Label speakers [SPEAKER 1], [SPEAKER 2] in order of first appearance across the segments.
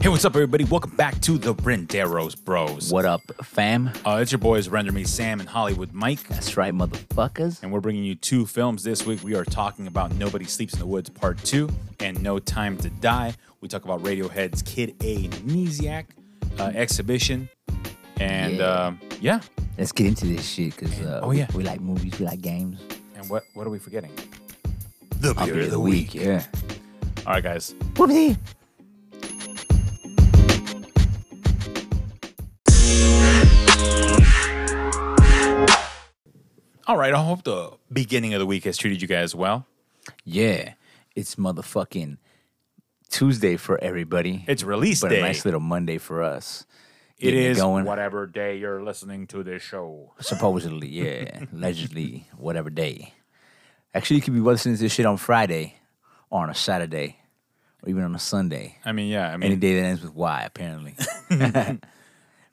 [SPEAKER 1] Hey, what's up, everybody? Welcome back to the Renderos Bros.
[SPEAKER 2] What up, fam?
[SPEAKER 1] Uh, it's your boys, Render Me Sam and Hollywood Mike,
[SPEAKER 2] That's right, motherfuckers.
[SPEAKER 1] and we're bringing you two films this week. We are talking about Nobody Sleeps in the Woods Part 2 and No Time to Die. We talk about Radiohead's Kid Amnesiac uh, exhibition. And
[SPEAKER 2] Yeah.
[SPEAKER 1] um yeah,
[SPEAKER 2] Let's get into this shit, cause uh,
[SPEAKER 1] Oh,
[SPEAKER 2] we-
[SPEAKER 1] yeah.
[SPEAKER 2] we, like movies, we like games.
[SPEAKER 1] and what, what are we forgetting? The beer,
[SPEAKER 2] Beer of the week, yeah.
[SPEAKER 1] All right, guys.
[SPEAKER 2] Whoopsie.
[SPEAKER 1] All right, I hope the beginning of the week has treated you guys well.
[SPEAKER 2] Yeah, it's motherfucking Tuesday for everybody,
[SPEAKER 1] It's release
[SPEAKER 2] but
[SPEAKER 1] day.
[SPEAKER 2] a nice little Monday for us.
[SPEAKER 1] it
[SPEAKER 2] Getting
[SPEAKER 1] is
[SPEAKER 2] going.
[SPEAKER 1] whatever day you're listening to this show.
[SPEAKER 2] Supposedly, yeah, allegedly, whatever day. Actually, you could be listening to this shit on Friday, or on a Saturday, or even on a Sunday.
[SPEAKER 1] I mean, yeah, I mean,
[SPEAKER 2] Any day that ends with Y, apparently.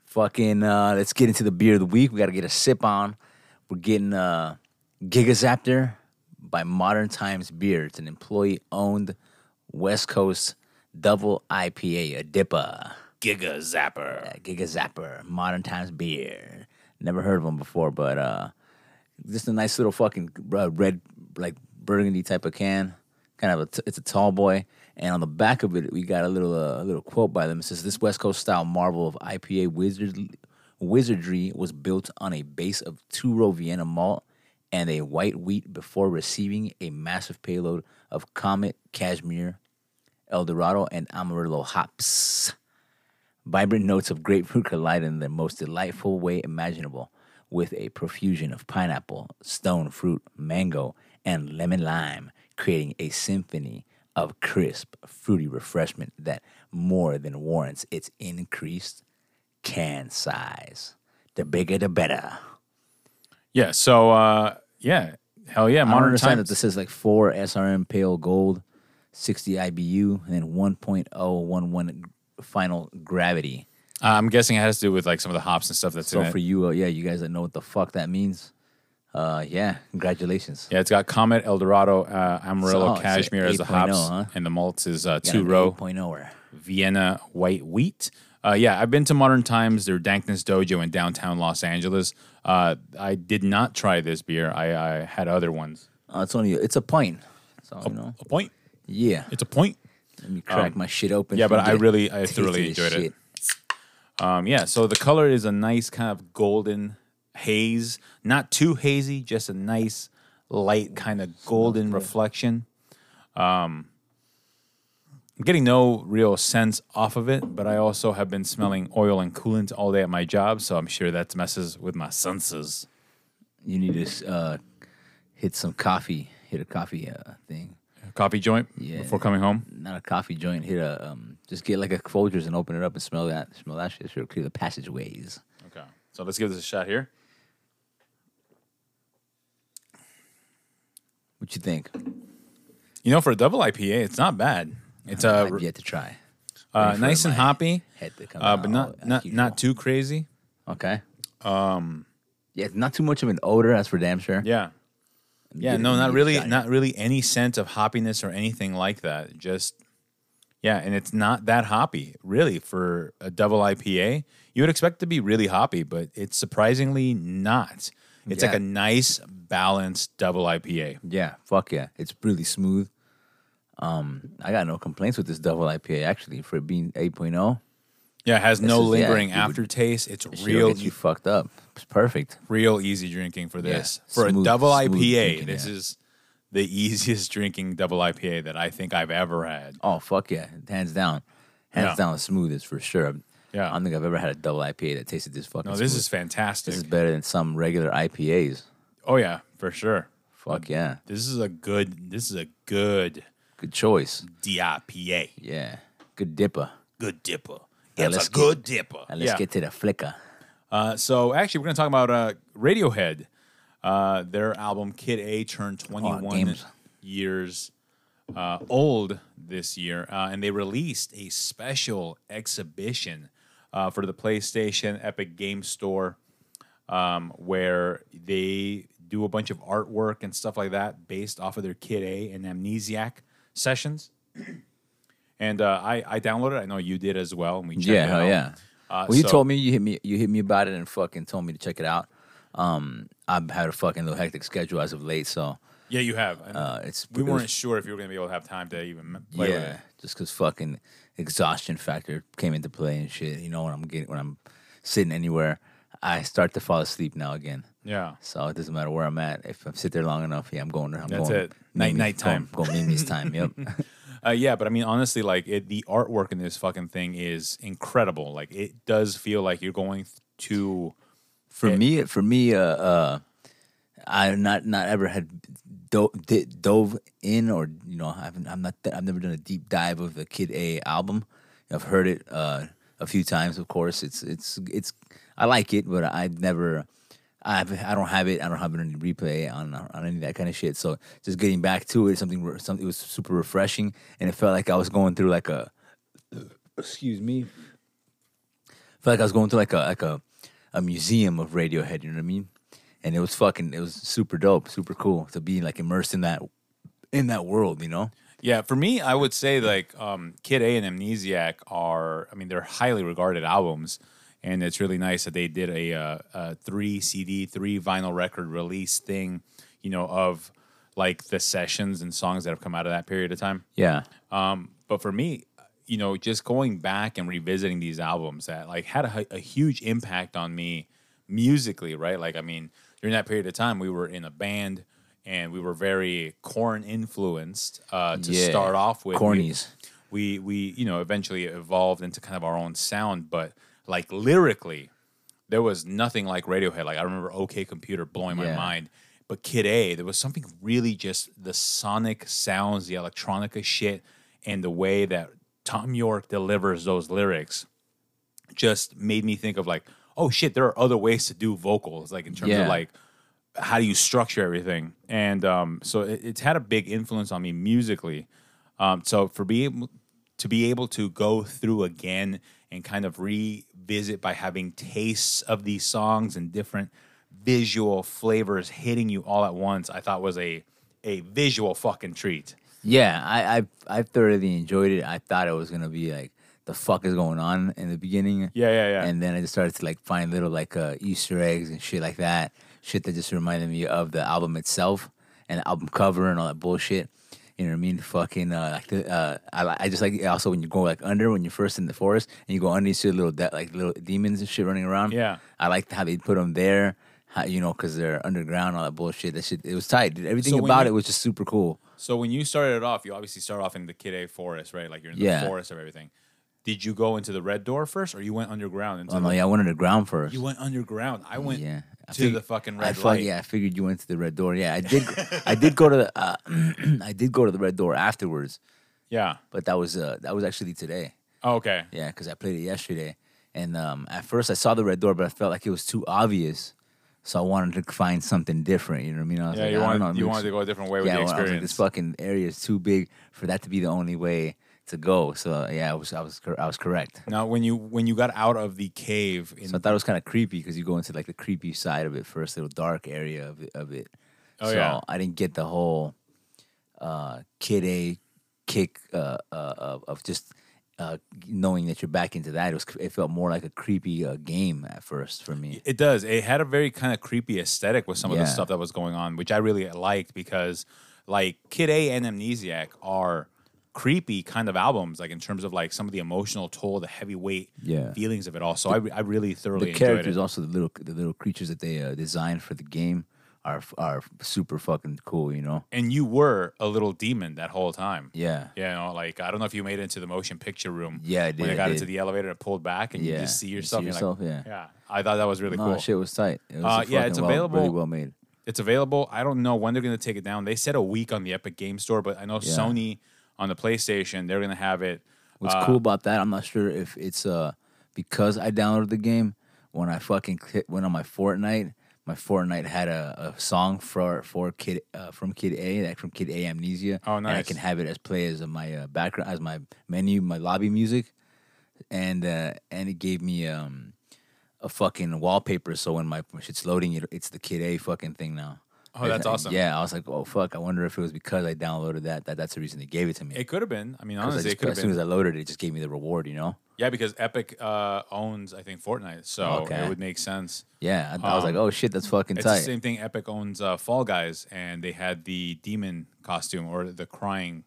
[SPEAKER 2] Fucking, uh, let's get into the beer of the week. We got to get a sip on. We're getting uh, Gigazaptor by Modern Times Beer. It's an employee owned West Coast double IPA, a dipper.
[SPEAKER 1] Giga Zapper.
[SPEAKER 2] Uh, Gigazapper, Modern Times Beer. Never heard of them before, but uh, just a nice little fucking uh, red, like burgundy type of can. Kind of a, t- it's a tall boy, and on the back of it, we got a little, uh, a little quote by them. It says, "This West Coast style marvel of IPA wizard- wizardry was built on a base of two row Vienna malt and a white wheat before receiving a massive payload of Comet, Cashmere, Eldorado, and Amarillo hops." Vibrant notes of grapefruit collide in the most delightful way imaginable with a profusion of pineapple, stone fruit, mango, and lemon lime, creating a symphony of crisp, fruity refreshment that more than warrants its increased can size. The bigger, the better.
[SPEAKER 1] Yeah. So uh, yeah, hell yeah.
[SPEAKER 2] I don't
[SPEAKER 1] Modern
[SPEAKER 2] understand
[SPEAKER 1] time.
[SPEAKER 2] that this is like four SRM pale gold, 60 IBU, and then 1.011 final gravity.
[SPEAKER 1] Uh, I'm guessing it has to do with like some of the hops and stuff that's
[SPEAKER 2] So
[SPEAKER 1] in it.
[SPEAKER 2] for you, uh, yeah, you guys that know what the fuck that means, uh, yeah, congratulations.
[SPEAKER 1] Yeah, it's got Comet, Eldorado, uh, Amarillo,
[SPEAKER 2] So, oh, it's a
[SPEAKER 1] Cashmere as the
[SPEAKER 2] 8.0,
[SPEAKER 1] hops,
[SPEAKER 2] oh, huh?
[SPEAKER 1] and the malts is uh,
[SPEAKER 2] Got
[SPEAKER 1] two
[SPEAKER 2] an
[SPEAKER 1] row
[SPEAKER 2] 8.0er.
[SPEAKER 1] Vienna white wheat. Uh, yeah, I've been to Modern Times, their Dankness Dojo in downtown Los Angeles. Uh, I did not try this beer. I, I had other ones.
[SPEAKER 2] Uh, it's only it's a pint, so you know,
[SPEAKER 1] A point.
[SPEAKER 2] yeah.
[SPEAKER 1] It's a point.
[SPEAKER 2] Let me crack my shit open.
[SPEAKER 1] Um, yeah,
[SPEAKER 2] so you
[SPEAKER 1] but I
[SPEAKER 2] get a
[SPEAKER 1] really- I
[SPEAKER 2] taste of
[SPEAKER 1] thoroughly
[SPEAKER 2] this
[SPEAKER 1] enjoyed it.
[SPEAKER 2] shit.
[SPEAKER 1] Um, yeah, so the color is a nice kind of golden haze, not too hazy, just a nice light kind of golden reflection. Um, I'm getting no real sense off of it, but I also have been smelling oil and coolant all day at my job, so I'm sure that messes with my senses.
[SPEAKER 2] You need to uh, hit some coffee, hit a coffee uh, thing,
[SPEAKER 1] Coffee joint before coming home.
[SPEAKER 2] not a coffee joint. Hit a um, just get like a Folgers and open it up and smell that, smell that shit. Sure, clear the passageways.
[SPEAKER 1] Okay, so let's give this a shot here.
[SPEAKER 2] What you think?
[SPEAKER 1] Uh, You know, for a double IPA, it's not bad. It's uh,
[SPEAKER 2] I've yet to try.
[SPEAKER 1] uh,
[SPEAKER 2] waiting for
[SPEAKER 1] nice and
[SPEAKER 2] my
[SPEAKER 1] hoppy,
[SPEAKER 2] Head to come
[SPEAKER 1] uh, but
[SPEAKER 2] out
[SPEAKER 1] not
[SPEAKER 2] as
[SPEAKER 1] not
[SPEAKER 2] usual.
[SPEAKER 1] not too crazy.
[SPEAKER 2] Okay. Um. Yeah, it's not too much of an odor. That's for damn sure.
[SPEAKER 1] Yeah. Yeah,
[SPEAKER 2] get it
[SPEAKER 1] no,
[SPEAKER 2] when
[SPEAKER 1] not
[SPEAKER 2] you
[SPEAKER 1] really
[SPEAKER 2] decide.
[SPEAKER 1] not really any sense of hoppiness or anything like that. Just yeah, and it's not that hoppy, really, for a double IPA. You would expect to be really hoppy, but it's surprisingly not. It's like
[SPEAKER 2] Yeah.
[SPEAKER 1] a nice balanced double IPA.
[SPEAKER 2] Yeah, fuck yeah. It's really smooth. Um, I got no complaints with this double IPA actually for it being oh. 8.0.
[SPEAKER 1] Yeah, it has no
[SPEAKER 2] is- yeah,
[SPEAKER 1] lingering
[SPEAKER 2] it would-
[SPEAKER 1] aftertaste. It's
[SPEAKER 2] Shit'll
[SPEAKER 1] real e,
[SPEAKER 2] get you fucked up. It's perfect.
[SPEAKER 1] real easy drinking for this. for a
[SPEAKER 2] smooth-
[SPEAKER 1] double
[SPEAKER 2] smooth
[SPEAKER 1] IPA,
[SPEAKER 2] drinking,
[SPEAKER 1] this
[SPEAKER 2] yeah.
[SPEAKER 1] is the easiest drinking double IPA that I think I've ever had.
[SPEAKER 2] Oh fuck yeah, hands down, hands
[SPEAKER 1] Yeah.
[SPEAKER 2] down, smooth is for sure.
[SPEAKER 1] Yeah.
[SPEAKER 2] I don't think I've ever had a double IPA that tasted this fucking.
[SPEAKER 1] No, this
[SPEAKER 2] smooth.
[SPEAKER 1] is fantastic.
[SPEAKER 2] this is better than some regular IPAs.
[SPEAKER 1] oh yeah, for sure. Mm.
[SPEAKER 2] Fuck yeah,
[SPEAKER 1] This is a good. This is a good
[SPEAKER 2] good choice.
[SPEAKER 1] DIPA.
[SPEAKER 2] Yeah, good dipper.
[SPEAKER 1] Good dipper.
[SPEAKER 2] Now
[SPEAKER 1] It's
[SPEAKER 2] let's
[SPEAKER 1] a
[SPEAKER 2] get-
[SPEAKER 1] good dipper.
[SPEAKER 2] Now let's
[SPEAKER 1] yeah.
[SPEAKER 2] get to the flicker.
[SPEAKER 1] uh, so actually, we're gonna talk about uh, Radiohead. Uh, their album Kid A turned 21
[SPEAKER 2] Oh, games.
[SPEAKER 1] years uh, old this year, uh, and they released a special exhibition uh, for the PlayStation Epic Game Store, um, where they do a bunch of artwork and stuff like that based off of their Kid A and Amnesiac sessions. And uh, I I downloaded. it. I know you did as well, and we checked
[SPEAKER 2] yeah,
[SPEAKER 1] it
[SPEAKER 2] hell
[SPEAKER 1] out.
[SPEAKER 2] yeah.
[SPEAKER 1] Uh,
[SPEAKER 2] well, you
[SPEAKER 1] so-
[SPEAKER 2] told me you hit me you hit me about it and fucking told me to check it out. Um, I've had a fucking little hectic schedule as of late, so
[SPEAKER 1] Yeah, you have. And
[SPEAKER 2] uh, it's
[SPEAKER 1] we
[SPEAKER 2] it was-
[SPEAKER 1] weren't sure if you were going to be able to have time to even m- play with
[SPEAKER 2] yeah,
[SPEAKER 1] it.
[SPEAKER 2] just because fucking exhaustion factor came into play and shit. You know when I'm getting when I'm sitting anywhere, I start to fall asleep now again.
[SPEAKER 1] Yeah.
[SPEAKER 2] So it doesn't matter where I'm at. If I sit there long enough, yeah, I'm going. I'm
[SPEAKER 1] That's
[SPEAKER 2] going,
[SPEAKER 1] it. Night-
[SPEAKER 2] Mimi's-
[SPEAKER 1] nighttime.
[SPEAKER 2] Going, going Mimi's time. Yep.
[SPEAKER 1] Uh, yeah, but I mean, honestly, like it, the artwork in this fucking thing is incredible. Like it does feel like you're going th- to.
[SPEAKER 2] For me, for me, uh, uh, I not not ever had do- di- dove in or you know I've I'm not that, I've never done a deep dive of the Kid A album. I've heard it uh, a few times, of course. It's it's it's I like it, but I've never. I've, I don't have it. I don't have it on replay on on any of that kind of shit. So just getting back to it, something re- something it was super refreshing, and it felt like I was going through like a excuse me felt like I was going to like a like a, a museum of Radiohead. You know what I mean? And it was fucking. It was super dope, super cool to be like immersed in that in that world. You know?
[SPEAKER 1] Yeah, for me, I would say like um, Kid A and Amnesiac are. I mean, they're highly regarded albums, and it's really nice that they did a, uh, a three CD, three vinyl record release thing. You know, of like the sessions and songs that have come out of that period of time.
[SPEAKER 2] Yeah.
[SPEAKER 1] Um, but for me, you know, just going back and revisiting these albums that like had a, a huge impact on me musically, right? Like, I mean, during that period of time, we were in a band and we were very corn influenced uh, to
[SPEAKER 2] Yeah.
[SPEAKER 1] start off with. We-
[SPEAKER 2] Cornies.
[SPEAKER 1] We, we you know eventually evolved into kind of our own sound, but like lyrically, there was nothing like Radiohead. Like I remember OK Computer blowing my
[SPEAKER 2] Yeah.
[SPEAKER 1] mind. But Kid A, there was something really just the sonic sounds, the electronica shit, and the way that Tom York delivers those lyrics just made me think of like, oh shit, there are other ways to do vocals, like in terms
[SPEAKER 2] Yeah.
[SPEAKER 1] of like how do you structure everything. And um, so it, it's had a big influence on me musically. Um, so for being to be able to go through again and kind of revisit by having tastes of these songs and different visual flavors hitting you all at once, I thought was a a visual fucking treat.
[SPEAKER 2] Yeah, I, I I thoroughly enjoyed it. I thought it was gonna be like the fuck is going on in the beginning.
[SPEAKER 1] Yeah, yeah, yeah.
[SPEAKER 2] And then I just started to like find little like uh, Easter eggs and shit like that. Shit that just reminded me of the album itself and the album cover and all that bullshit. You know what I mean? Fucking uh, like the uh, I li- I just like also when you go like under when you're first in the forest and you go under you see little de- like little demons and shit running around.
[SPEAKER 1] Yeah.
[SPEAKER 2] I liked how they put them there. How, you know, because they're underground, all that bullshit. That shit, it was tight. dude. Everything
[SPEAKER 1] So when
[SPEAKER 2] about
[SPEAKER 1] you-
[SPEAKER 2] it was just super cool.
[SPEAKER 1] So when you started off, you obviously start off in the Kid A forest, right? Like you're in the
[SPEAKER 2] Yeah.
[SPEAKER 1] forest of everything. Did you go into the red door first, or you went underground? Into
[SPEAKER 2] Oh
[SPEAKER 1] the,
[SPEAKER 2] no, yeah, I went underground first.
[SPEAKER 1] You went underground. I went
[SPEAKER 2] yeah,
[SPEAKER 1] to
[SPEAKER 2] fig-
[SPEAKER 1] the fucking
[SPEAKER 2] I
[SPEAKER 1] red
[SPEAKER 2] fuck-
[SPEAKER 1] light.
[SPEAKER 2] Yeah, I figured you went to the red door. Yeah, I did. I did go to the. Uh, I did go to the red door afterwards,
[SPEAKER 1] yeah.
[SPEAKER 2] but that was uh, that was actually today.
[SPEAKER 1] Oh, okay.
[SPEAKER 2] Yeah, because I played it yesterday, and um, at first I saw the red door, but I felt like it was too obvious, so I wanted to find something different. You know what I mean? I was
[SPEAKER 1] Yeah,
[SPEAKER 2] like,
[SPEAKER 1] you
[SPEAKER 2] I don't
[SPEAKER 1] wanted
[SPEAKER 2] know, it
[SPEAKER 1] you
[SPEAKER 2] looks-
[SPEAKER 1] wanted to go a different way with
[SPEAKER 2] yeah,
[SPEAKER 1] the
[SPEAKER 2] well, I was like,
[SPEAKER 1] experience.
[SPEAKER 2] this fucking area is too big for that to be the only way to go. So yeah, I was I was cor- I was correct.
[SPEAKER 1] now, when you when you got out of the cave, in,
[SPEAKER 2] So I thought it was kind of creepy because you go into like the creepy side of it first, little dark area of it. Of it.
[SPEAKER 1] Oh,
[SPEAKER 2] so
[SPEAKER 1] yeah.
[SPEAKER 2] I didn't get the whole uh, kid A kick uh, uh, of, of just uh, knowing that you're back into that. It was it felt more like a creepy uh, game at first for me.
[SPEAKER 1] it does. It had a very kind of creepy aesthetic with some of the
[SPEAKER 2] Yeah.
[SPEAKER 1] stuff that was going on, which I really liked because like Kid A and Amnesiac are creepy kind of albums, like in terms of like some of the emotional toll, the heavy weight
[SPEAKER 2] Yeah.
[SPEAKER 1] feelings of it all. So I, re- I really thoroughly
[SPEAKER 2] the
[SPEAKER 1] enjoyed
[SPEAKER 2] characters,
[SPEAKER 1] it.
[SPEAKER 2] also the little the little creatures that they uh, designed for the game, are f- are super fucking cool. You know?
[SPEAKER 1] And you were a little demon that whole time.
[SPEAKER 2] Yeah.
[SPEAKER 1] You know, like I don't know if you made it into the motion picture room.
[SPEAKER 2] Yeah, I did,
[SPEAKER 1] When
[SPEAKER 2] I
[SPEAKER 1] I got
[SPEAKER 2] did.
[SPEAKER 1] into the elevator, it pulled back, and you just see yourself. you're like,
[SPEAKER 2] yourself, yeah.
[SPEAKER 1] yeah. I thought that was really
[SPEAKER 2] No,
[SPEAKER 1] cool.
[SPEAKER 2] shit was tight. It was
[SPEAKER 1] Uh, yeah,
[SPEAKER 2] fucking
[SPEAKER 1] it's
[SPEAKER 2] well- really
[SPEAKER 1] available-
[SPEAKER 2] well made.
[SPEAKER 1] It's available. I don't know when they're going to take it down. They said a week on the Epic Game Store, but I know
[SPEAKER 2] Yeah.
[SPEAKER 1] Sony on the PlayStation, they're going to have it.
[SPEAKER 2] What's
[SPEAKER 1] uh,
[SPEAKER 2] cool about that, I'm not sure if it's uh because I downloaded the game when I fucking cli went on my Fortnite. My Fortnite had a, a song for for kid uh, from Kid A, like from Kid A Amnesia.
[SPEAKER 1] Oh,
[SPEAKER 2] And I
[SPEAKER 1] nice.
[SPEAKER 2] can have it as play as my uh, background, as my menu, my lobby music, and uh, and it gave me um a fucking wallpaper. So when my shit's loading, it, it's the Kid A fucking thing now.
[SPEAKER 1] Oh, that's awesome.
[SPEAKER 2] Yeah, I was like, oh fuck. I wonder if it was because I downloaded that that that's the reason they gave it to me.
[SPEAKER 1] It could have been. I mean,
[SPEAKER 2] 'Cause I
[SPEAKER 1] honestly,
[SPEAKER 2] just-
[SPEAKER 1] it could have
[SPEAKER 2] as soon
[SPEAKER 1] been.
[SPEAKER 2] as I loaded it, it just gave me the reward. You know?
[SPEAKER 1] yeah, because Epic uh, owns, I think, Fortnite, so
[SPEAKER 2] Oh, Okay.
[SPEAKER 1] it would make sense.
[SPEAKER 2] Yeah. I, I was
[SPEAKER 1] Um,
[SPEAKER 2] like, oh shit, that's fucking
[SPEAKER 1] It's
[SPEAKER 2] tight.
[SPEAKER 1] the same thing. Epic owns uh, Fall Guys, and they had the demon costume or the crying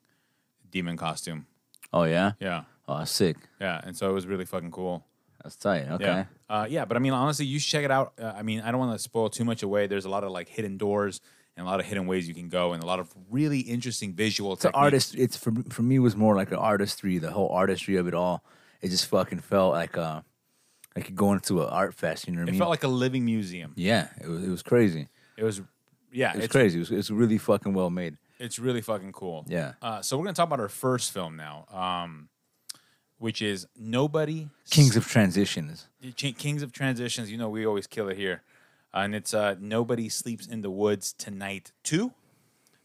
[SPEAKER 1] demon costume.
[SPEAKER 2] Oh yeah.
[SPEAKER 1] Yeah,
[SPEAKER 2] Oh sick.
[SPEAKER 1] yeah, and so it was really fucking cool.
[SPEAKER 2] That's tight. Okay.
[SPEAKER 1] Yeah. Uh, yeah, but I mean, honestly, you should check it out. Uh, I mean, I don't want to spoil too much away. There's a lot of like hidden doors and a lot of hidden ways you can go, and a lot of really interesting visual.
[SPEAKER 2] It's an artist. It's for for me it was more like an artistry. The whole artistry of it all. It just fucking felt like uh like you're going to an art fest. You know what I
[SPEAKER 1] It
[SPEAKER 2] mean?
[SPEAKER 1] felt like a living museum.
[SPEAKER 2] yeah. It was it was crazy.
[SPEAKER 1] It was, yeah,
[SPEAKER 2] It was
[SPEAKER 1] it's
[SPEAKER 2] crazy. It was, it's really fucking well made.
[SPEAKER 1] It's really fucking cool.
[SPEAKER 2] Yeah.
[SPEAKER 1] Uh, so we're gonna talk about our first film now, um, which is Nobody
[SPEAKER 2] Kings of Transitions.
[SPEAKER 1] Ch- Kings of Transitions. You know we always kill it here, and it's uh, Nobody Sleeps in the Woods Tonight Two,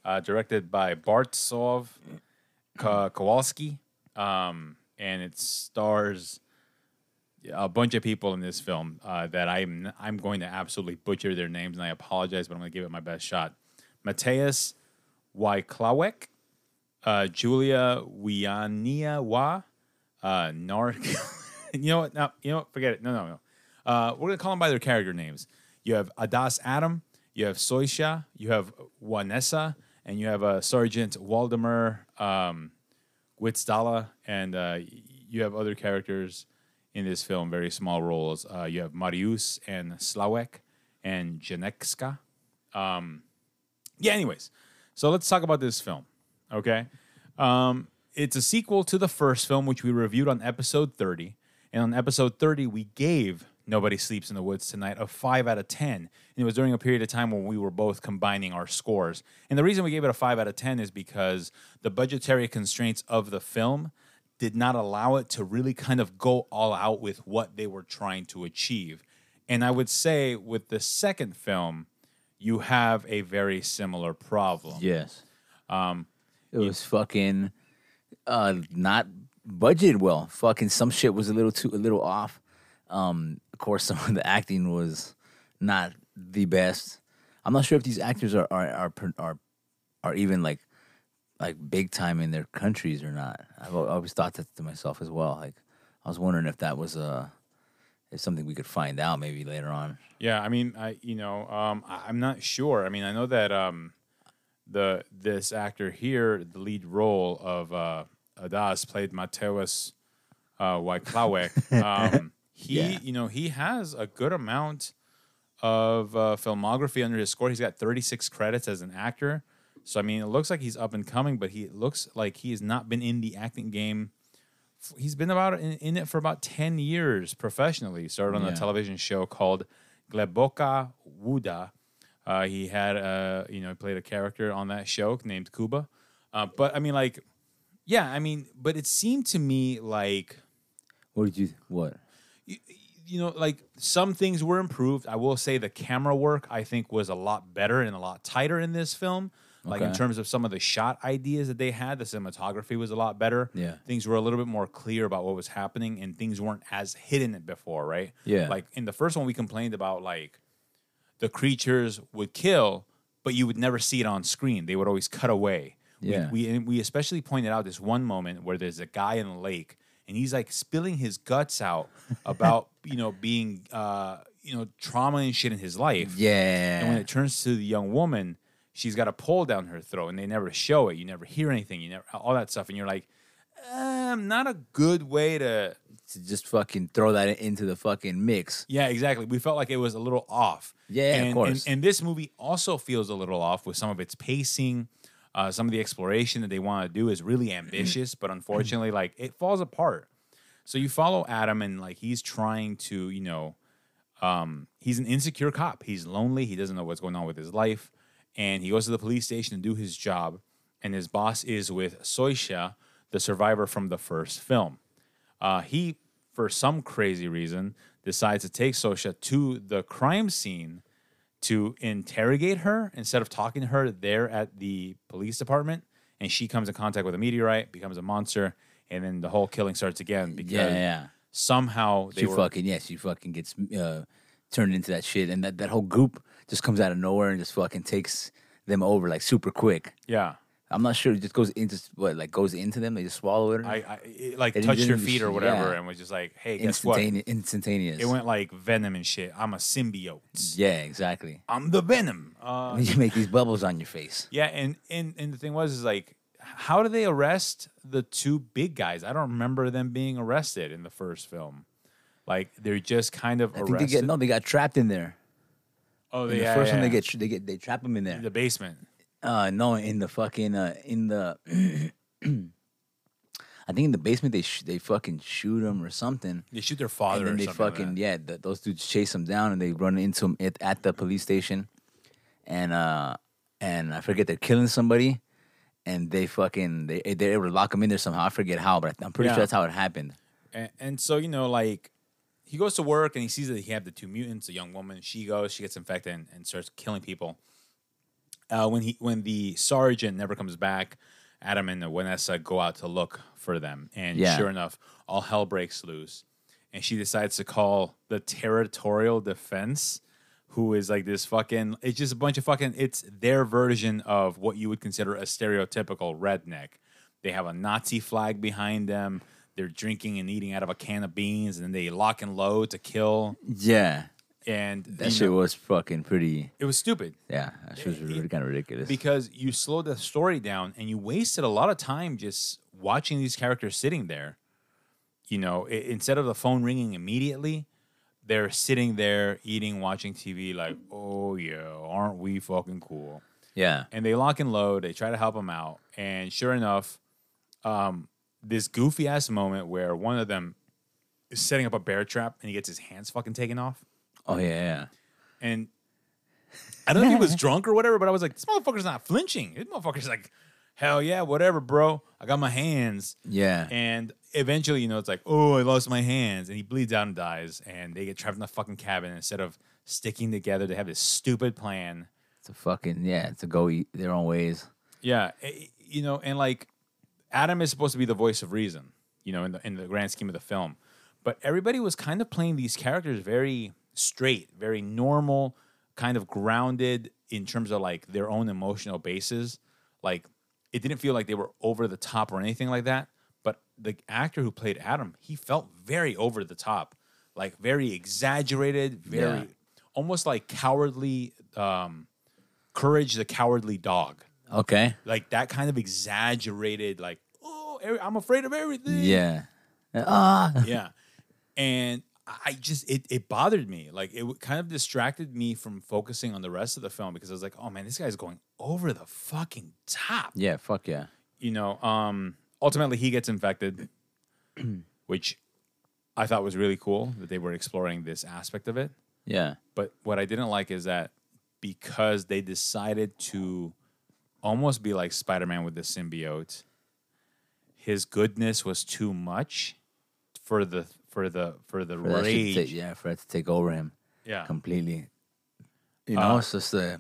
[SPEAKER 1] uh, directed by Bartsov Ka- Kowalski, um, and it stars a bunch of people in this film uh, that I'm I'm going to absolutely butcher their names, and I apologize, but I'm going to give it my best shot. Mateus Wyklawek, uh, Julia Wianiawa, uh, Nark. you know what? No, you know what? Forget it. No, no, no. Uh, we're gonna call them by their character names. You have Adas Adam, you have Soisha, you have Juanessa, and you have uh, Sergeant Waldemar um, Guizdala, and uh, y- you have other characters in this film, very small roles. Uh, you have Marius and Slawek and Janekska yeah anyways so let's talk about this film okay um, it's a sequel to the first film which we reviewed on episode 30 and on episode 30 we gave nobody sleeps in the woods tonight a 5 out of 10 and it was during a period of time when we were both combining our scores and the reason we gave it a 5 out of 10 is because the budgetary constraints of the film did not allow it to really kind of go all out with what they were trying to achieve and i would say with the second film you have a very similar problem.
[SPEAKER 2] Yes. Um, it was fucking uh, not budgeted well. Fucking some shit was a little too a little off. Um, of course, some of the acting was not the best. I'm not sure if these actors are are are pr- are, are even like like big time in their countries or not. I've al- always thought that to myself as well. Like I was wondering if that was uh if something we could find out maybe later on.
[SPEAKER 1] Yeah, I mean, I you know, um, I, I'm not sure. I mean, I know that um, the this actor here, the lead role of uh, Adas, played Mateus uh, Wyklawek. um, he,
[SPEAKER 2] Yeah.
[SPEAKER 1] you know, he has a good amount of uh, filmography under his score. He's got 36 credits as an actor. So I mean, it looks like he's up and coming, but he it looks like he has not been in the acting game. f- He's been about in, in it for about 10 years professionally. He Started on a
[SPEAKER 2] Yeah.
[SPEAKER 1] television show called Gleboka Wuda. Uh, he had uh, you know, he played a character on that show named Kuba. Uh, but I mean, like, yeah, I mean, but it seemed to me like
[SPEAKER 2] What did you what?
[SPEAKER 1] you know, like some things were improved. I will say the camera work I think was a lot better and a lot tighter in this film. Like in
[SPEAKER 2] Okay.
[SPEAKER 1] terms of some of the shot ideas that they had, the cinematography was a lot better.
[SPEAKER 2] Yeah.
[SPEAKER 1] Things were a little bit more clear about what was happening and things weren't as hidden before, right?
[SPEAKER 2] Yeah.
[SPEAKER 1] Like in the first one we complained about like the creatures would kill, but you would never see it on screen. They would always cut away. We-
[SPEAKER 2] Yeah.
[SPEAKER 1] We, and we especially pointed out this one moment where there's a guy in the lake and he's like spilling his guts out about you know being uh, you know trauma and shit in his life.
[SPEAKER 2] Yeah.
[SPEAKER 1] And when it turns to the young woman, she's got a pole down her throat, and they never show it. You never hear anything. You never all that stuff, and you're like, um, not a good way to
[SPEAKER 2] to just fucking throw that into the fucking mix.
[SPEAKER 1] Yeah, exactly. We felt like it was a little off.
[SPEAKER 2] Yeah, of
[SPEAKER 1] and,
[SPEAKER 2] course.
[SPEAKER 1] And, and this movie also feels a little off with some of its pacing. Uh, some of the exploration that they want to do is really ambitious, but unfortunately, like it falls apart. So you follow Adam, and like he's trying to, you know, um, he's an insecure cop. He's lonely. He doesn't know what's going on with his life, and he goes to the police station to do his job. And his boss is with Soisha, the survivor from the first film. Uh, he, for some crazy reason, decides to take Sosha to the crime scene to interrogate her instead of talking to her there at the police department. And she comes in contact with a meteorite, becomes a monster, and then the whole killing starts again because
[SPEAKER 2] Yeah, yeah.
[SPEAKER 1] somehow they
[SPEAKER 2] She
[SPEAKER 1] were
[SPEAKER 2] fucking yeah, she fucking gets uh, turned into that shit, and that that whole goop just comes out of nowhere and just fucking takes them over like super quick.
[SPEAKER 1] Yeah.
[SPEAKER 2] I'm not sure. It just goes into what like goes into them. They just swallow it.
[SPEAKER 1] I, I it, like
[SPEAKER 2] They
[SPEAKER 1] touched
[SPEAKER 2] didn't
[SPEAKER 1] your
[SPEAKER 2] do
[SPEAKER 1] feet or
[SPEAKER 2] shit,
[SPEAKER 1] whatever
[SPEAKER 2] yeah.
[SPEAKER 1] and was just like, hey, guess what?
[SPEAKER 2] instantaneous. Instantaneous.
[SPEAKER 1] It went like venom and shit. I'm a symbiote.
[SPEAKER 2] yeah, exactly.
[SPEAKER 1] I'm the venom. Uh,
[SPEAKER 2] you make these bubbles on your face.
[SPEAKER 1] yeah, and, and and the thing was is like, how do they arrest the two big guys? I don't remember them being arrested in the first film. Like they're just kind of
[SPEAKER 2] I think
[SPEAKER 1] arrested.
[SPEAKER 2] they get no. They got trapped in there.
[SPEAKER 1] oh,
[SPEAKER 2] In
[SPEAKER 1] they,
[SPEAKER 2] the
[SPEAKER 1] yeah,
[SPEAKER 2] first
[SPEAKER 1] yeah,
[SPEAKER 2] one, they
[SPEAKER 1] yeah.
[SPEAKER 2] get tr- they get they trap them in there.
[SPEAKER 1] In the basement.
[SPEAKER 2] Uh, no, in the fucking uh, in the. I think in the basement they sh- they fucking shoot him or something.
[SPEAKER 1] They shoot their father
[SPEAKER 2] and then
[SPEAKER 1] or
[SPEAKER 2] they
[SPEAKER 1] something. like
[SPEAKER 2] fucking
[SPEAKER 1] that.
[SPEAKER 2] yeah, th- those dudes chase him down and they run into him at, at the police station, and uh and I forget they're killing somebody, and they fucking they they're able to lock him in there somehow. I forget how, but I'm pretty
[SPEAKER 1] Yeah.
[SPEAKER 2] sure that's how it happened.
[SPEAKER 1] And, and so, you know, like he goes to work and he sees that he have the two mutants, a young woman. She goes, she gets infected and, and starts killing people. Uh, when he when the sergeant never comes back, Adam and Vanessa go out to look for them. And
[SPEAKER 2] Yeah.
[SPEAKER 1] sure enough, all hell breaks loose. And she decides to call the territorial defense, who is like this fucking it's just a bunch of fucking it's their version of what you would consider a stereotypical redneck. They have a Nazi flag behind them. They're drinking and eating out of a can of beans, and then they lock and load to kill.
[SPEAKER 2] Yeah,
[SPEAKER 1] And
[SPEAKER 2] that
[SPEAKER 1] you
[SPEAKER 2] shit
[SPEAKER 1] know,
[SPEAKER 2] was fucking pretty.
[SPEAKER 1] it was stupid.
[SPEAKER 2] Yeah, that shit was really kind of ridiculous.
[SPEAKER 1] because you slowed the story down and you wasted a lot of time just watching these characters sitting there. You know, i instead of the phone ringing immediately, they're sitting there eating, watching TV, like, oh yeah, aren't we fucking cool?
[SPEAKER 2] yeah,
[SPEAKER 1] And they lock and load. They try to help him out, and sure enough, um, this goofy ass moment where one of them is setting up a bear trap and he gets his hands fucking taken off.
[SPEAKER 2] oh yeah, yeah.
[SPEAKER 1] And I don't know if he was drunk or whatever, but I was like, this motherfucker's not flinching. This motherfucker's like, hell yeah, whatever, bro. I got my hands.
[SPEAKER 2] Yeah.
[SPEAKER 1] And eventually, you know, it's like, oh, I lost my hands. And he bleeds out and dies. And they get trapped in the fucking cabin. Instead of sticking together, they have this stupid plan.
[SPEAKER 2] to fucking yeah, to go eat their own ways.
[SPEAKER 1] Yeah. eh, You know, and like Adam is supposed to be the voice of reason, you know, in the, in the grand scheme of the film. But everybody was kind of playing these characters very straight, very normal, kind of grounded in terms of like their own emotional bases. Like it didn't feel like they were over the top or anything like that. But the actor who played Adam, he felt very over the top, like very exaggerated, very
[SPEAKER 2] Yeah.
[SPEAKER 1] almost like cowardly, um, courage the cowardly dog
[SPEAKER 2] Okay.
[SPEAKER 1] like that kind of exaggerated like oh every- i'm afraid of everything
[SPEAKER 2] Yeah. Ah.
[SPEAKER 1] yeah and i I just it, it bothered me like it would- kind of distracted me from focusing on the rest of the film because i was like oh man this guy's going over the fucking top
[SPEAKER 2] Yeah. Fuck yeah.
[SPEAKER 1] you know um ultimately he gets infected which i thought was really cool that they were exploring this aspect of it
[SPEAKER 2] Yeah.
[SPEAKER 1] but what I didn't like is that because they decided to almost be like Spider Man with the symbiote, his goodness was too much for the for the for the
[SPEAKER 2] For that shit to
[SPEAKER 1] rage.
[SPEAKER 2] take- yeah, for that to take over him
[SPEAKER 1] yeah.
[SPEAKER 2] completely. You
[SPEAKER 1] Ah.
[SPEAKER 2] know, it's just the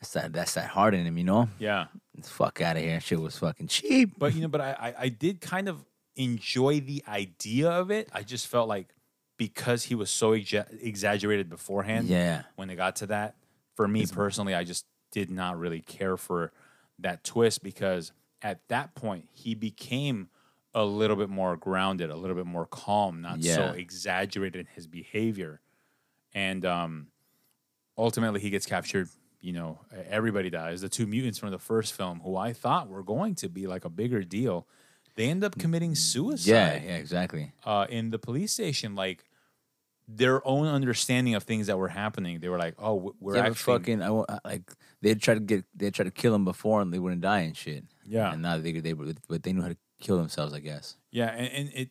[SPEAKER 2] it's that that's that heart in him. You know,
[SPEAKER 1] Yeah.
[SPEAKER 2] it's fuck out of here. Shit was fucking cheap.
[SPEAKER 1] But you know, but I, I I did kind of enjoy the idea of it. I just felt like because he was so exa- exaggerated beforehand,
[SPEAKER 2] Yeah.
[SPEAKER 1] when it got to that. For me personally, I just did not really care for that twist because at that point he became a little bit more grounded, a little bit more calm, not
[SPEAKER 2] Yeah.
[SPEAKER 1] so exaggerated in his behavior. And um, ultimately, he gets captured. You know, everybody dies. The two mutants from the first film, who I thought were going to be like a bigger deal, they end up committing suicide
[SPEAKER 2] Mm, Yeah. Yeah. Exactly.
[SPEAKER 1] uh, in the police station, like their own understanding of things that were happening. They were like, "Oh, w- we're
[SPEAKER 2] yeah, but
[SPEAKER 1] actually
[SPEAKER 2] fucking. I, wa- I- like they tried to get they tried to kill him before and they wouldn't die and shit.
[SPEAKER 1] Yeah.
[SPEAKER 2] And now they they were- but they knew how to kill themselves. I guess.
[SPEAKER 1] yeah," and, and it.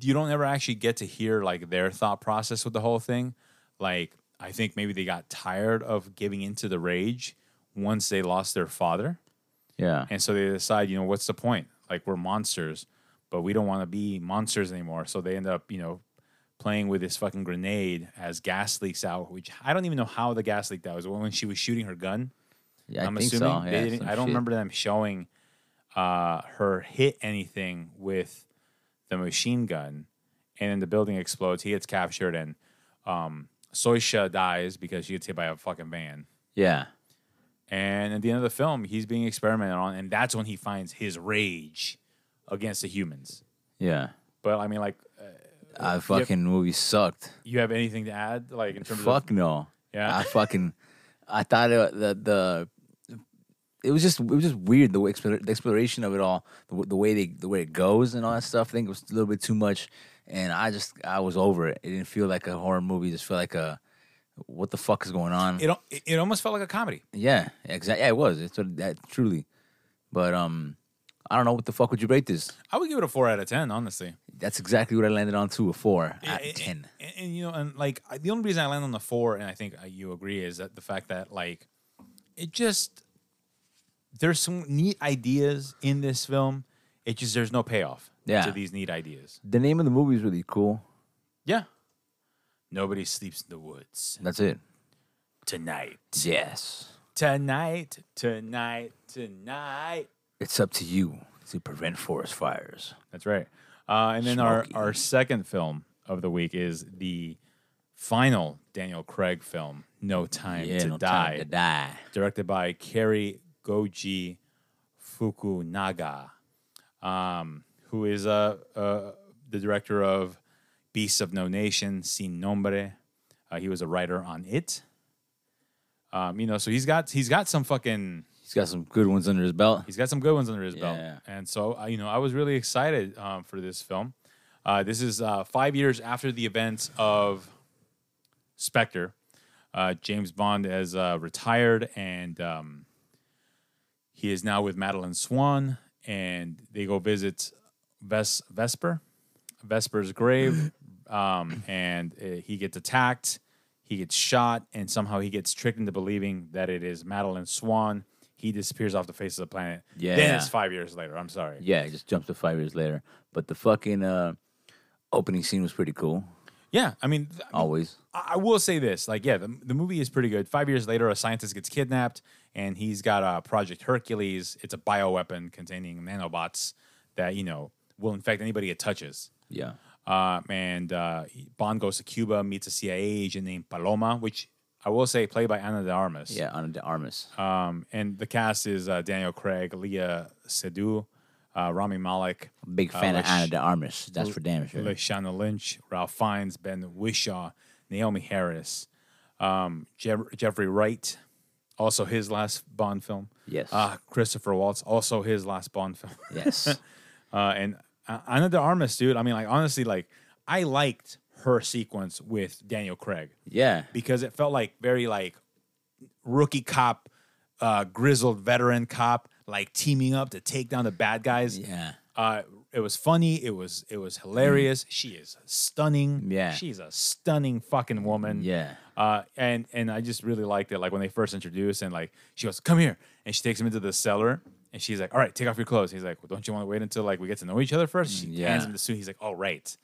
[SPEAKER 1] You don't ever actually get to hear like their thought process with the whole thing. Like, I think maybe they got tired of giving into the rage once they lost their father,
[SPEAKER 2] Yeah.
[SPEAKER 1] and so they decide, you know, what's the point? Like, we're monsters, but we don't want to be monsters anymore. So they end up, you know. Playing with this fucking grenade as gas leaks out, which I don't even know how the gas leaked out. It was when she was shooting her gun.
[SPEAKER 2] Yeah. I
[SPEAKER 1] I'm
[SPEAKER 2] think
[SPEAKER 1] assuming
[SPEAKER 2] so.
[SPEAKER 1] they
[SPEAKER 2] yeah,
[SPEAKER 1] didn't.
[SPEAKER 2] some
[SPEAKER 1] I don't
[SPEAKER 2] shit.
[SPEAKER 1] remember them showing uh, her hit anything with the machine gun, and then the building explodes. He gets captured, and um, Soisha dies because she gets hit by a fucking van.
[SPEAKER 2] Yeah.
[SPEAKER 1] And at the end of the film, he's being experimented on, and that's when he finds his rage against the humans.
[SPEAKER 2] Yeah.
[SPEAKER 1] But I mean, like, uh,
[SPEAKER 2] I fucking movie sucked.
[SPEAKER 1] you have anything to add, like in terms of
[SPEAKER 2] Fuck no.
[SPEAKER 1] Yeah.
[SPEAKER 2] I fucking I thought it, the the it was just it was just weird the way explor- the exploration of it all the, w- the way they the way it goes and all that stuff. I think it was a little bit too much, and I just I was over it. It didn't feel like a horror movie. It just felt like a what the fuck is going on?
[SPEAKER 1] it? al- It, it almost felt like a comedy.
[SPEAKER 2] yeah, exactly. Yeah, it was. It's what that truly, but um, I don't know what the fuck would you rate this.
[SPEAKER 1] I would give it a four out of ten, honestly.
[SPEAKER 2] That's exactly what I landed on too. A four out of
[SPEAKER 1] and-
[SPEAKER 2] ten.
[SPEAKER 1] And, and, you know, and like I, the only reason I land on the four, and I think uh, you agree, is that the fact that like it just there's some neat ideas in this film. It just there's no payoff
[SPEAKER 2] Yeah.
[SPEAKER 1] to these neat ideas.
[SPEAKER 2] The name of the movie is really cool.
[SPEAKER 1] Yeah. Nobody sleeps in the woods
[SPEAKER 2] That's it.
[SPEAKER 1] tonight.
[SPEAKER 2] Yes.
[SPEAKER 1] Tonight, tonight, tonight.
[SPEAKER 2] It's up to you to prevent forest fires.
[SPEAKER 1] That's right. Uh, and then our,
[SPEAKER 2] Smokey.
[SPEAKER 1] our second film of the week is the final Daniel Craig film, No Time to
[SPEAKER 2] no
[SPEAKER 1] Die.
[SPEAKER 2] time to die.
[SPEAKER 1] directed by Kerry Goji Fukunaga, um, who is uh, uh, the director of Beasts of No Nation, Sin Nombre. Uh, he was a writer on it. Um, you know, so he's got he's got some fucking
[SPEAKER 2] He's got some good ones under his belt.
[SPEAKER 1] he's got some good ones under his belt.
[SPEAKER 2] Yeah.
[SPEAKER 1] And so I- you know, I was really excited um, for this film. Uh, this is uh, five years after the events of Spectre. Uh, James Bond has uh, retired, and um, he is now with Madeline Swan, and they go visit Ves- Vesper, Vesper's grave, um, and uh, he gets attacked, he gets shot, and somehow he gets tricked into believing that it is Madeline Swan. He disappears off the face of the planet. Then
[SPEAKER 2] Yeah.
[SPEAKER 1] it's five years later. I'm sorry.
[SPEAKER 2] Yeah, it just jumps to five years later. But the fucking uh, opening scene was pretty cool.
[SPEAKER 1] Yeah, I mean, th-
[SPEAKER 2] Always.
[SPEAKER 1] I I will say this, like, yeah, the, the movie is pretty good. Five years later, a scientist gets kidnapped, and he's got uh, Project Hercules. It's a bioweapon containing nanobots that you know will infect anybody it touches.
[SPEAKER 2] Yeah.
[SPEAKER 1] Um, and uh, Bond goes to Cuba, meets a CIA agent named Paloma, which I will say played by Ana de Armas.
[SPEAKER 2] Yeah, on the Armas.
[SPEAKER 1] Um, and the cast is uh, Daniel Craig, Leah Seydoux, uh, Rami Malek,
[SPEAKER 2] Big fan
[SPEAKER 1] uh,
[SPEAKER 2] of Anna de Armas. That's for damn sure.
[SPEAKER 1] Lashana Lynch, Ralph Fiennes, Ben Wishaw, Naomi Harris, um, Jeff- Jeffrey Wright, also his last Bond film.
[SPEAKER 2] Yes.
[SPEAKER 1] Uh, Christopher Waltz, also his last Bond film.
[SPEAKER 2] yes.
[SPEAKER 1] Uh, and uh, Ana de Armas, dude. I mean, like honestly, like I liked her sequence with Daniel Craig
[SPEAKER 2] Yeah.
[SPEAKER 1] because it felt like very like rookie cop, uh, grizzled veteran cop, like teaming up to take down the bad guys.
[SPEAKER 2] Yeah.
[SPEAKER 1] Uh, it was funny. It was it was hilarious. She is stunning.
[SPEAKER 2] Yeah.
[SPEAKER 1] she's a stunning fucking woman.
[SPEAKER 2] Yeah.
[SPEAKER 1] Uh, and and I just really liked it. Like when they first introduced, and like she goes, "Come here," and she takes him into the cellar, and she's like, "All right, take off your clothes." He's like, well, "Don't you want to wait until like we get to know each other first? She
[SPEAKER 2] Yeah.
[SPEAKER 1] hands him the suit. He's like, "All right."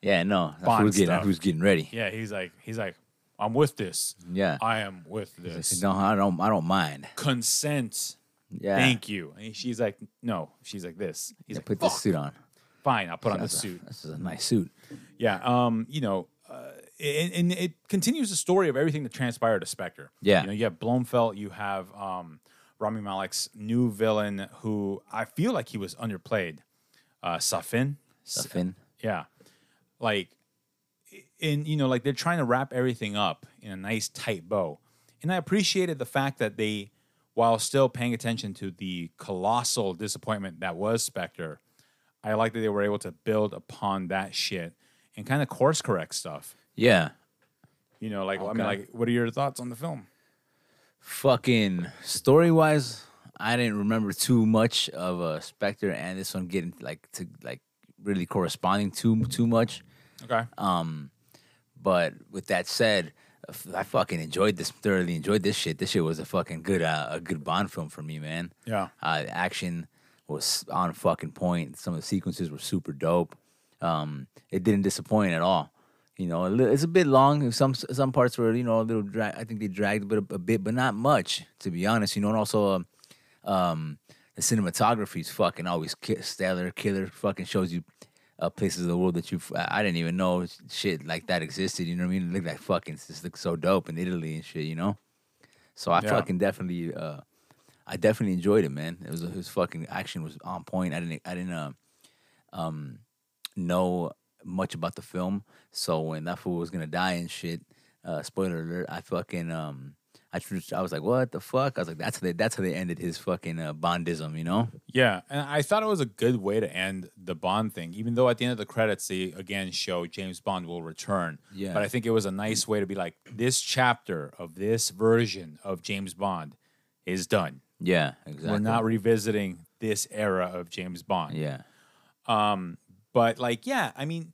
[SPEAKER 2] Yeah, no. That
[SPEAKER 1] Bond
[SPEAKER 2] fool's getting,
[SPEAKER 1] stuff.
[SPEAKER 2] that fool's getting ready.
[SPEAKER 1] Yeah, he's like, he's like, "I'm with this.
[SPEAKER 2] Yeah.
[SPEAKER 1] I am with
[SPEAKER 2] I said,
[SPEAKER 1] this.
[SPEAKER 2] no, I don't I don't mind.
[SPEAKER 1] Consent.
[SPEAKER 2] Yeah.
[SPEAKER 1] Thank you." And she's like, "No." She's like, "This." He's
[SPEAKER 2] Yeah,
[SPEAKER 1] like,
[SPEAKER 2] put
[SPEAKER 1] "Fuck,
[SPEAKER 2] this suit on.
[SPEAKER 1] fine. I'll put on the
[SPEAKER 2] That's a-
[SPEAKER 1] suit."
[SPEAKER 2] This is a nice suit.
[SPEAKER 1] Yeah. Um, you know, uh, and, and it continues the story of everything that transpired to Spectre.
[SPEAKER 2] Yeah.
[SPEAKER 1] You know, you have Blomfeld, you have um, Rami Malek's new villain, who I feel like he was underplayed, uh, Safin. S-
[SPEAKER 2] Stuff in.
[SPEAKER 1] Yeah. Like, and, you know, like they're trying to wrap everything up in a nice tight bow. And I appreciated the fact that they, while still paying attention to the colossal disappointment that was Spectre, I like that they were able to build upon that shit and kind of course correct stuff.
[SPEAKER 2] Yeah.
[SPEAKER 1] You know, like, I mean,
[SPEAKER 2] Okay.
[SPEAKER 1] like, what are your thoughts on the film?
[SPEAKER 2] fucking story wise, I didn't remember too much of uh, Spectre and this one getting like to like really corresponding too too much.
[SPEAKER 1] Okay.
[SPEAKER 2] But with that said, I fucking enjoyed this thoroughly. Enjoyed this shit. This shit was a fucking good uh, a good Bond film for me, man.
[SPEAKER 1] Yeah.
[SPEAKER 2] Uh, the action was on fucking point. Some of the sequences were super dope. Um, it didn't disappoint at all. You know, a li- it's a bit long. Some some parts were you know a little drag. I think they dragged a bit, a bit, but not much to be honest. You know, and also. Um, um, the cinematography is fucking always ki- stellar, killer. Fucking shows you uh, places of the world that you I I didn't even know shit like that existed. You know what I mean? It looked like fucking it just looked so dope in Italy and shit. You know, so I
[SPEAKER 1] Yeah.
[SPEAKER 2] fucking definitely uh, I definitely enjoyed it, man. It was it was fucking action was on point. I didn't I didn't uh, um know much about the film, so when that fool was gonna die and shit, uh, spoiler alert, I fucking um. I, tr- I was like, what the fuck? I was like, that's how they that's how they ended his fucking uh, Bondism, you know?
[SPEAKER 1] Yeah, and I thought it was a good way to end the Bond thing, even though at the end of the credits they again show James Bond will return.
[SPEAKER 2] Yeah.
[SPEAKER 1] But I think it was a nice way to be like, this chapter of this version of James Bond is done.
[SPEAKER 2] Yeah, exactly.
[SPEAKER 1] We're not revisiting this era of James Bond.
[SPEAKER 2] yeah,
[SPEAKER 1] But like, yeah, I mean,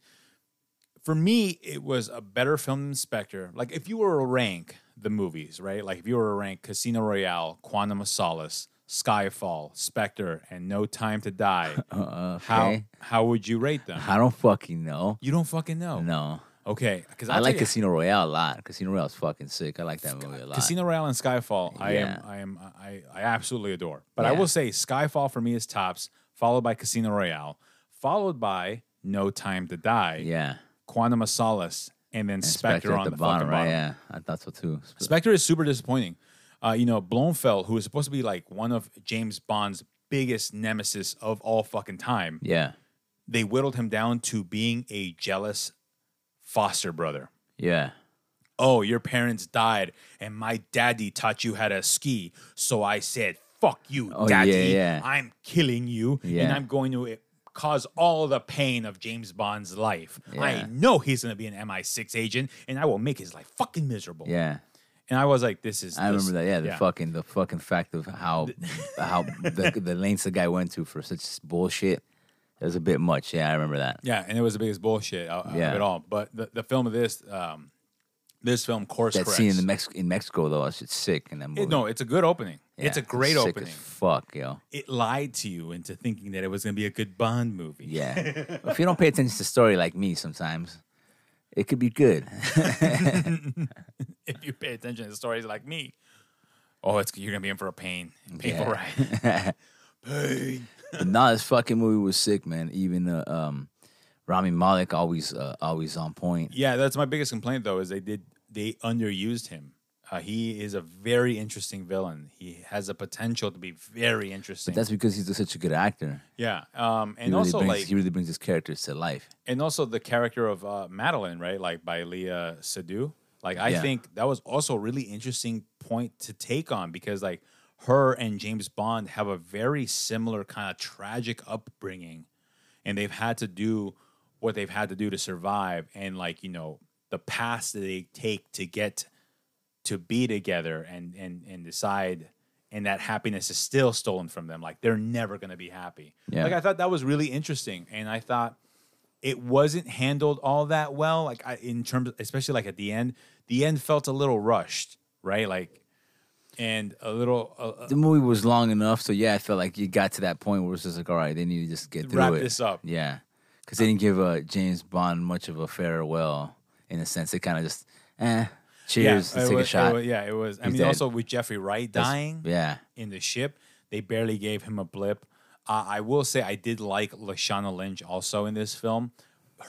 [SPEAKER 1] for me, it was a better film than Spectre. Like, if you were to rank the movies, right? Like, if you were to rank Casino Royale, Quantum of Solace, Skyfall, Spectre, and No Time to Die, how
[SPEAKER 2] okay.
[SPEAKER 1] how would you rate them?
[SPEAKER 2] I don't fucking know.
[SPEAKER 1] You don't fucking know.
[SPEAKER 2] No,
[SPEAKER 1] Okay, because
[SPEAKER 2] I like Casino Royale a lot. Casino Royale is fucking sick. I like that movie a lot.
[SPEAKER 1] Casino Royale and Skyfall. I am
[SPEAKER 2] Yeah.
[SPEAKER 1] I am I I absolutely adore. But I
[SPEAKER 2] Yeah.
[SPEAKER 1] will say Skyfall for me is tops, followed by Casino Royale, followed by No Time to Die.
[SPEAKER 2] yeah,
[SPEAKER 1] Quantum of Solace, and then Spectre,
[SPEAKER 2] Spectre
[SPEAKER 1] on the, fucking
[SPEAKER 2] right?
[SPEAKER 1] bottom.
[SPEAKER 2] Yeah, I thought so too. Sp-
[SPEAKER 1] Spectre is super disappointing. Uh, you know, Blomfeld, who is supposed to be like one of James Bond's biggest nemesis of all fucking time,
[SPEAKER 2] yeah,
[SPEAKER 1] they whittled him down to being a jealous foster brother.
[SPEAKER 2] yeah,
[SPEAKER 1] Oh, your parents died, and my daddy taught you how to ski. So I said, fuck you,
[SPEAKER 2] Oh,
[SPEAKER 1] daddy.
[SPEAKER 2] yeah, yeah.
[SPEAKER 1] I'm killing you, and
[SPEAKER 2] Yeah.
[SPEAKER 1] I'm going to eh, cause all the pain of James Bond's life. I
[SPEAKER 2] Yeah.
[SPEAKER 1] know he's going to be an MI6 agent, and I will make his life fucking miserable.
[SPEAKER 2] yeah.
[SPEAKER 1] And I was like, this is. this-
[SPEAKER 2] I remember that. Yeah, the fucking the fucking fact of how how the the lengths the guy went to for such bullshit. It was a bit much. Yeah, I remember that.
[SPEAKER 1] Yeah, and it was the biggest bullshit out, out
[SPEAKER 2] Yeah.
[SPEAKER 1] of it all. But the, the film of this, um, this film course
[SPEAKER 2] That
[SPEAKER 1] corrects.
[SPEAKER 2] scene in the Mex- in Mexico though, it's sick in that movie.
[SPEAKER 1] It- no, it's a good opening.
[SPEAKER 2] Yeah,
[SPEAKER 1] it's a great
[SPEAKER 2] sick
[SPEAKER 1] opening.
[SPEAKER 2] As fuck, yo.
[SPEAKER 1] It lied to you into thinking that it was going to be a good Bond movie.
[SPEAKER 2] Yeah. if you don't pay attention to story like me sometimes, it could be good.
[SPEAKER 1] if you pay attention to stories like me. Oh, it's you're gonna be in for a pain, painful
[SPEAKER 2] Yeah.
[SPEAKER 1] ride. pain.
[SPEAKER 2] but nah, this fucking movie was sick, man. Even uh, um, Rami Malek always uh, always on point.
[SPEAKER 1] Yeah, that's my biggest complaint though is they did they underused him. Uh, he is a very interesting villain. He has a potential to be very interesting.
[SPEAKER 2] That's because he's such a good actor.
[SPEAKER 1] yeah, um, and
[SPEAKER 2] He really
[SPEAKER 1] also
[SPEAKER 2] brings
[SPEAKER 1] like
[SPEAKER 2] he really brings his characters to life.
[SPEAKER 1] and also the character of uh, Madeline, right? Like by Leah Sadu. Like I
[SPEAKER 2] Yeah.
[SPEAKER 1] think that was also a really interesting point to take on because like her and James Bond have a very similar kind of tragic upbringing, and they've had to do what they've had to do to survive, and like you know the paths that they take to get to be together and and and decide and that happiness is still stolen from them like they're never going to be happy
[SPEAKER 2] Yeah.
[SPEAKER 1] like i thought that was really interesting and i thought it wasn't handled all that well like I, in terms especially like at the end the end felt a little rushed right like and a little uh, uh,
[SPEAKER 2] The movie was long enough, so yeah, I felt like you got to that point where it's just like, all right, they need to just get through
[SPEAKER 1] Wrap
[SPEAKER 2] it.
[SPEAKER 1] this up.
[SPEAKER 2] Yeah, because they didn't give uh, James Bond much of a farewell in a sense. They kind of just, eh, cheers,
[SPEAKER 1] yeah,
[SPEAKER 2] let's
[SPEAKER 1] it
[SPEAKER 2] take
[SPEAKER 1] wa-
[SPEAKER 2] a shot.
[SPEAKER 1] it wa- yeah it was i
[SPEAKER 2] He's
[SPEAKER 1] mean
[SPEAKER 2] dead.
[SPEAKER 1] also with jeffrey wright
[SPEAKER 2] That's-
[SPEAKER 1] dying
[SPEAKER 2] Yeah,
[SPEAKER 1] in the ship. They barely gave him a blip. Uh, I will say I did like Lashana Lynch also in this film.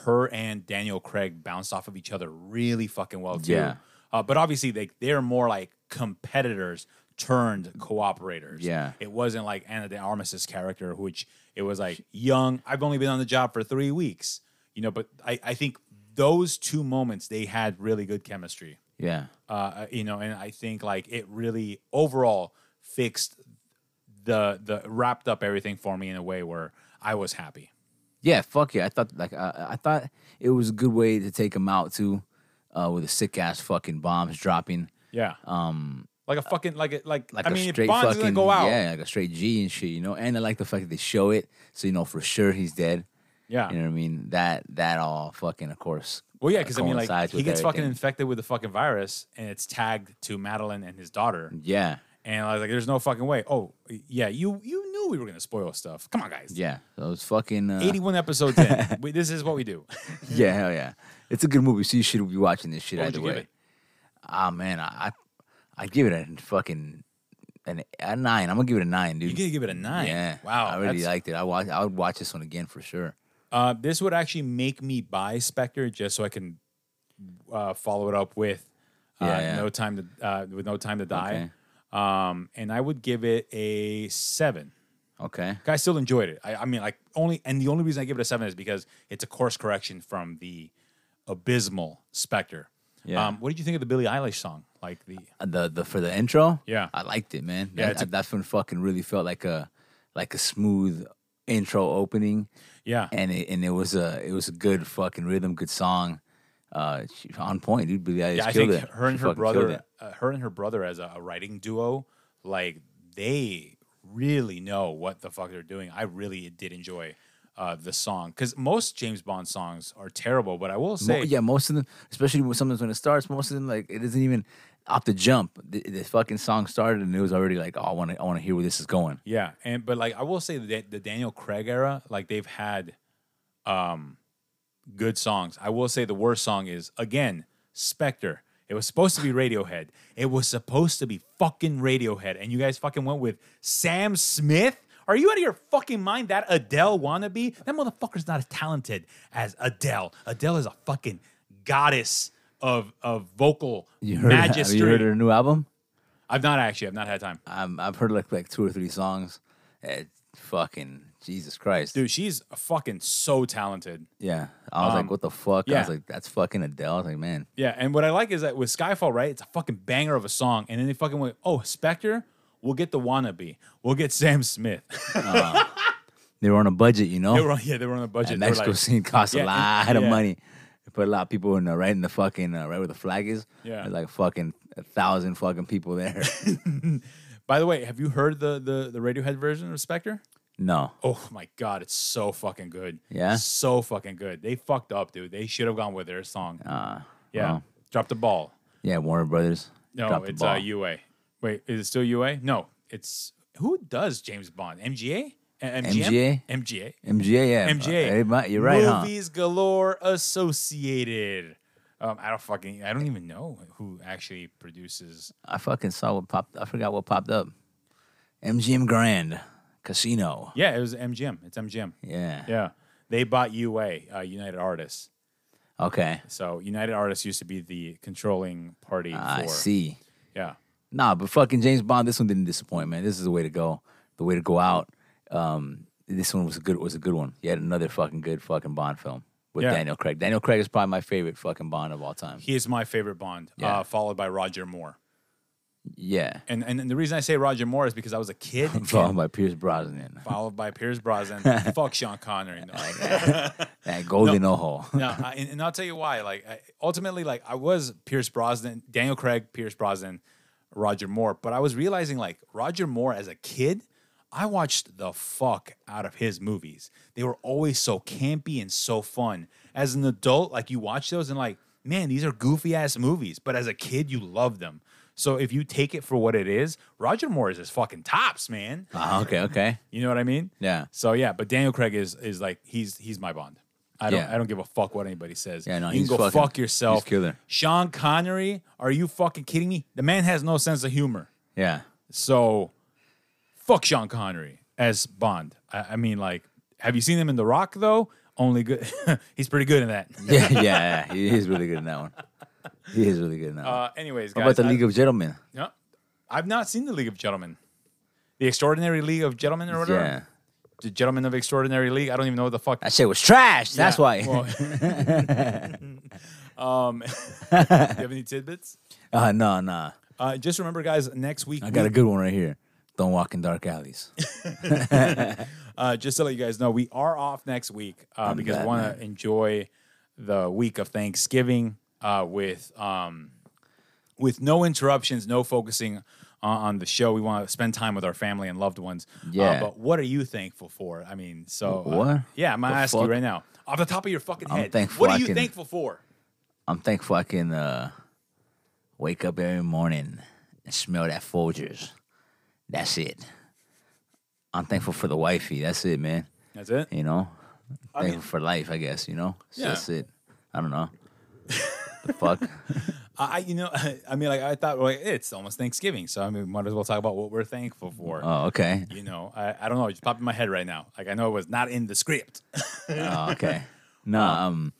[SPEAKER 1] Her and Daniel Craig bounced off of each other really fucking well too.
[SPEAKER 2] Yeah.
[SPEAKER 1] Uh, but obviously they they're more like competitors turned cooperators.
[SPEAKER 2] Yeah.
[SPEAKER 1] It wasn't like Anna de Armas's character, which it was like young. I've only been on the job for three weeks, you know. But I I think those two moments they had really good chemistry
[SPEAKER 2] yeah.
[SPEAKER 1] uh, you know, and I think like it really overall fixed the the wrapped up everything for me in a way where I was happy.
[SPEAKER 2] Yeah, fuck yeah. I thought like I, I thought it was a good way to take him out too, uh, with the sick ass fucking bombs dropping.
[SPEAKER 1] Yeah. Um, like a fucking like it like,
[SPEAKER 2] Like
[SPEAKER 1] I
[SPEAKER 2] a
[SPEAKER 1] mean, if
[SPEAKER 2] straight
[SPEAKER 1] Bond's
[SPEAKER 2] fucking
[SPEAKER 1] gonna go out, yeah,
[SPEAKER 2] yeah, like a straight G and shit, you know. And I like the fact that they show it, so you know for sure he's dead. You know what I mean? That that all fucking of course.
[SPEAKER 1] well, yeah, because I mean, like
[SPEAKER 2] coincides
[SPEAKER 1] he
[SPEAKER 2] with
[SPEAKER 1] gets fucking
[SPEAKER 2] everything.
[SPEAKER 1] infected with the fucking virus, and it's tagged to Madeline and his daughter,
[SPEAKER 2] Yeah,
[SPEAKER 1] and I was like, there's no fucking way. Oh, yeah, you you knew we were gonna spoil stuff. Come on, guys.
[SPEAKER 2] yeah. So it's fucking uh,
[SPEAKER 1] 81 episodes in. we, this is what we do.
[SPEAKER 2] Yeah, hell yeah. It's a good movie, so you should be watching this shit
[SPEAKER 1] What would
[SPEAKER 2] either
[SPEAKER 1] you give
[SPEAKER 2] way.
[SPEAKER 1] it?
[SPEAKER 2] Ah man, I, I I give it a fucking an a nine. I'm gonna give it a nine, dude.
[SPEAKER 1] You gotta give it a nine.
[SPEAKER 2] Yeah.
[SPEAKER 1] Wow.
[SPEAKER 2] I really
[SPEAKER 1] that's-
[SPEAKER 2] liked it. I watch. I would watch this one again for sure.
[SPEAKER 1] Uh, this would actually make me buy Spectre just so I can uh, follow it up with uh,
[SPEAKER 2] Yeah, yeah.
[SPEAKER 1] No Time to uh, with No Time to Die,
[SPEAKER 2] Okay.
[SPEAKER 1] um, and I would give it a seven.
[SPEAKER 2] Okay.
[SPEAKER 1] I still enjoyed it. I, I mean, like only, and the only reason I give it a seven is because it's a course correction from the abysmal Spectre.
[SPEAKER 2] Yeah.
[SPEAKER 1] Um, what did you think of the Billie Eilish song? Like the
[SPEAKER 2] Uh, the the for the intro.
[SPEAKER 1] Yeah.
[SPEAKER 2] I liked it, man.
[SPEAKER 1] Yeah,
[SPEAKER 2] Yeah,
[SPEAKER 1] it's a-
[SPEAKER 2] that, that one fucking really felt like a like a smooth intro opening,
[SPEAKER 1] yeah,
[SPEAKER 2] and it and it was a it was a good fucking rhythm, good song, uh, she- on point, dude. Billie Eilish
[SPEAKER 1] yeah. I
[SPEAKER 2] killed
[SPEAKER 1] think
[SPEAKER 2] it.
[SPEAKER 1] her and
[SPEAKER 2] She
[SPEAKER 1] her
[SPEAKER 2] fucking killed
[SPEAKER 1] brother,
[SPEAKER 2] it.
[SPEAKER 1] uh, her and her brother as a, a writing duo, like they really know what the fuck they're doing. I really did enjoy uh, the song because most James Bond songs are terrible, but I will
[SPEAKER 2] Mo-
[SPEAKER 1] say,
[SPEAKER 2] yeah, most of them, especially when, sometimes when it starts, most of them like it isn't even off the jump. The, the fucking song started and it was already like, oh, I want to I want to hear where this is going.
[SPEAKER 1] Yeah, and but like I will say that the Daniel Craig era, like they've had um good songs. I will say the worst song is again Spectre. It was supposed to be Radiohead. It was supposed to be fucking Radiohead, and you guys fucking went with Sam Smith. Are you out of your fucking mind? That Adele wannabe? That motherfucker's not as talented as Adele. Adele is a fucking goddess of of vocal
[SPEAKER 2] You heard, have
[SPEAKER 1] magistry.
[SPEAKER 2] you heard her new album?
[SPEAKER 1] I've not actually. I've not had time.
[SPEAKER 2] I'm, I've heard like like two or three songs. Eh, fucking Jesus Christ,
[SPEAKER 1] Dude, she's fucking so talented.
[SPEAKER 2] Yeah. I was
[SPEAKER 1] Um,
[SPEAKER 2] like, what the fuck? I
[SPEAKER 1] yeah.
[SPEAKER 2] was like, that's fucking Adele. I was like, man.
[SPEAKER 1] Yeah, and what I like is that with Skyfall, right? It's a fucking banger of a song, and then they fucking went, "Oh, Spectre, we'll get the wannabe, we'll get Sam Smith."
[SPEAKER 2] They were on a budget, you know?
[SPEAKER 1] they were on, yeah, they were on the budget.
[SPEAKER 2] and
[SPEAKER 1] They were
[SPEAKER 2] Mexico
[SPEAKER 1] like-
[SPEAKER 2] scene costs
[SPEAKER 1] Yeah,
[SPEAKER 2] a
[SPEAKER 1] and-
[SPEAKER 2] lot of
[SPEAKER 1] yeah.
[SPEAKER 2] money. They put a lot of people in the, right in the fucking, uh, right where the flag is.
[SPEAKER 1] Yeah.
[SPEAKER 2] There's like fucking a thousand fucking people there.
[SPEAKER 1] By the way, have you heard the the the Radiohead version of Spectre?
[SPEAKER 2] no.
[SPEAKER 1] Oh my god, it's so fucking good.
[SPEAKER 2] Yeah?
[SPEAKER 1] so fucking good. They fucked up, dude. They should have gone with their song.
[SPEAKER 2] Uh,
[SPEAKER 1] yeah,
[SPEAKER 2] well,
[SPEAKER 1] drop the ball.
[SPEAKER 2] yeah, Warner Brothers.
[SPEAKER 1] No,
[SPEAKER 2] dropped the
[SPEAKER 1] it's
[SPEAKER 2] ball.
[SPEAKER 1] uh, UA. Wait, is it still UA? No, it's who does James Bond? MGA? A- MGM?
[SPEAKER 2] MGA?
[SPEAKER 1] MGA.
[SPEAKER 2] MGA, yeah.
[SPEAKER 1] MGA.
[SPEAKER 2] Uh, hey, Ma- you're right, huh?
[SPEAKER 1] Movies galore associated. Um, I don't fucking. I don't even know who actually produces.
[SPEAKER 2] I fucking saw what popped, I forgot what popped up. MGM Grand Casino.
[SPEAKER 1] Yeah, it was MGM. It's MGM.
[SPEAKER 2] Yeah.
[SPEAKER 1] Yeah, they bought UA, uh, United Artists.
[SPEAKER 2] Okay.
[SPEAKER 1] So United Artists used to be the controlling party.
[SPEAKER 2] Ah, I
[SPEAKER 1] for,
[SPEAKER 2] see.
[SPEAKER 1] Yeah,
[SPEAKER 2] Nah, but fucking James Bond, this one didn't disappoint, man. This is the way to go. The way to go out. Um, this one was a good was a good one. Yet another fucking good fucking Bond film with
[SPEAKER 1] Yeah.
[SPEAKER 2] Daniel Craig. Daniel Craig is probably my favorite fucking Bond of all time.
[SPEAKER 1] he is my favorite Bond.
[SPEAKER 2] Yeah.
[SPEAKER 1] Uh, followed by Roger Moore.
[SPEAKER 2] yeah.
[SPEAKER 1] And, and and the reason I say Roger Moore is because I was a kid.
[SPEAKER 2] Followed by Pierce Brosnan.
[SPEAKER 1] followed by Pierce Brosnan. Fuck Sean Connery. No,
[SPEAKER 2] That golden ojo.
[SPEAKER 1] no, I, and, and I'll tell you why. Like I, ultimately, like I was Pierce Brosnan, Daniel Craig, Pierce Brosnan, Roger Moore, but I was realizing like Roger Moore as a kid, I watched the fuck out of his movies. They were always so campy and so fun. As an adult, like you watch those and like, man, these are goofy ass movies. But as a kid, you love them. So if you take it for what it is, Roger Moore is his fucking tops, man.
[SPEAKER 2] Ah, okay, okay.
[SPEAKER 1] You know what I mean?
[SPEAKER 2] Yeah.
[SPEAKER 1] So yeah, but Daniel Craig is is like he's he's my Bond. I don't
[SPEAKER 2] Yeah.
[SPEAKER 1] I don't give a fuck what anybody says.
[SPEAKER 2] Yeah, no,
[SPEAKER 1] you
[SPEAKER 2] he's
[SPEAKER 1] can go
[SPEAKER 2] fucking-
[SPEAKER 1] fuck yourself.
[SPEAKER 2] he's killer.
[SPEAKER 1] Sean Connery, are you fucking kidding me? The man has no sense of humor.
[SPEAKER 2] Yeah.
[SPEAKER 1] So fuck Sean Connery as Bond. I, I mean, like, have you seen him in The Rock though? Only good. he's pretty good in that.
[SPEAKER 2] Yeah, yeah, yeah. He is really good in that one. He is really good in that one.
[SPEAKER 1] Uh, anyways, guys,
[SPEAKER 2] How about the
[SPEAKER 1] I-
[SPEAKER 2] League of Gentlemen?
[SPEAKER 1] no, I've not seen the League of Gentlemen, the Extraordinary League of Gentlemen or whatever.
[SPEAKER 2] Yeah.
[SPEAKER 1] The Gentlemen of Extraordinary League. I don't even know what the fuck
[SPEAKER 2] That shit was trash. That's
[SPEAKER 1] Yeah,
[SPEAKER 2] why.
[SPEAKER 1] well, um, do you have any tidbits?
[SPEAKER 2] uh, no, nah.
[SPEAKER 1] Uh, just remember, guys, next week,
[SPEAKER 2] I got a good one right here. Don't walk in dark alleys.
[SPEAKER 1] uh, just to let you guys know, we are off next week uh, because we
[SPEAKER 2] glad,
[SPEAKER 1] want to enjoy the week of Thanksgiving uh, with um, with no interruptions, no focusing on, on the show. We want to spend time with our family and loved ones. Uh,
[SPEAKER 2] Yeah.
[SPEAKER 1] but what are you thankful for? I mean, so. uh,
[SPEAKER 2] What?
[SPEAKER 1] yeah, I'm going to
[SPEAKER 2] The
[SPEAKER 1] ask you
[SPEAKER 2] fuck?
[SPEAKER 1] right now. Off the top of your fucking
[SPEAKER 2] I'm
[SPEAKER 1] head,
[SPEAKER 2] thankful
[SPEAKER 1] what are
[SPEAKER 2] I
[SPEAKER 1] you
[SPEAKER 2] can-
[SPEAKER 1] thankful for?
[SPEAKER 2] I'm thankful I can uh, wake up every morning and smell that Folgers. That's it. I'm thankful for the wifey. That's it, man.
[SPEAKER 1] That's it.
[SPEAKER 2] You know,
[SPEAKER 1] I mean-
[SPEAKER 2] thankful for life, I guess. You know, So
[SPEAKER 1] Yeah.
[SPEAKER 2] that's it. I don't know. the fuck?
[SPEAKER 1] I, you know, I mean, like I thought, like it's almost Thanksgiving, so I mean, might as well talk about what we're thankful for.
[SPEAKER 2] Oh, okay.
[SPEAKER 1] you know, I, I don't know. It's popping in my head right now. Like I know it was not in the script.
[SPEAKER 2] Oh, okay. No, um,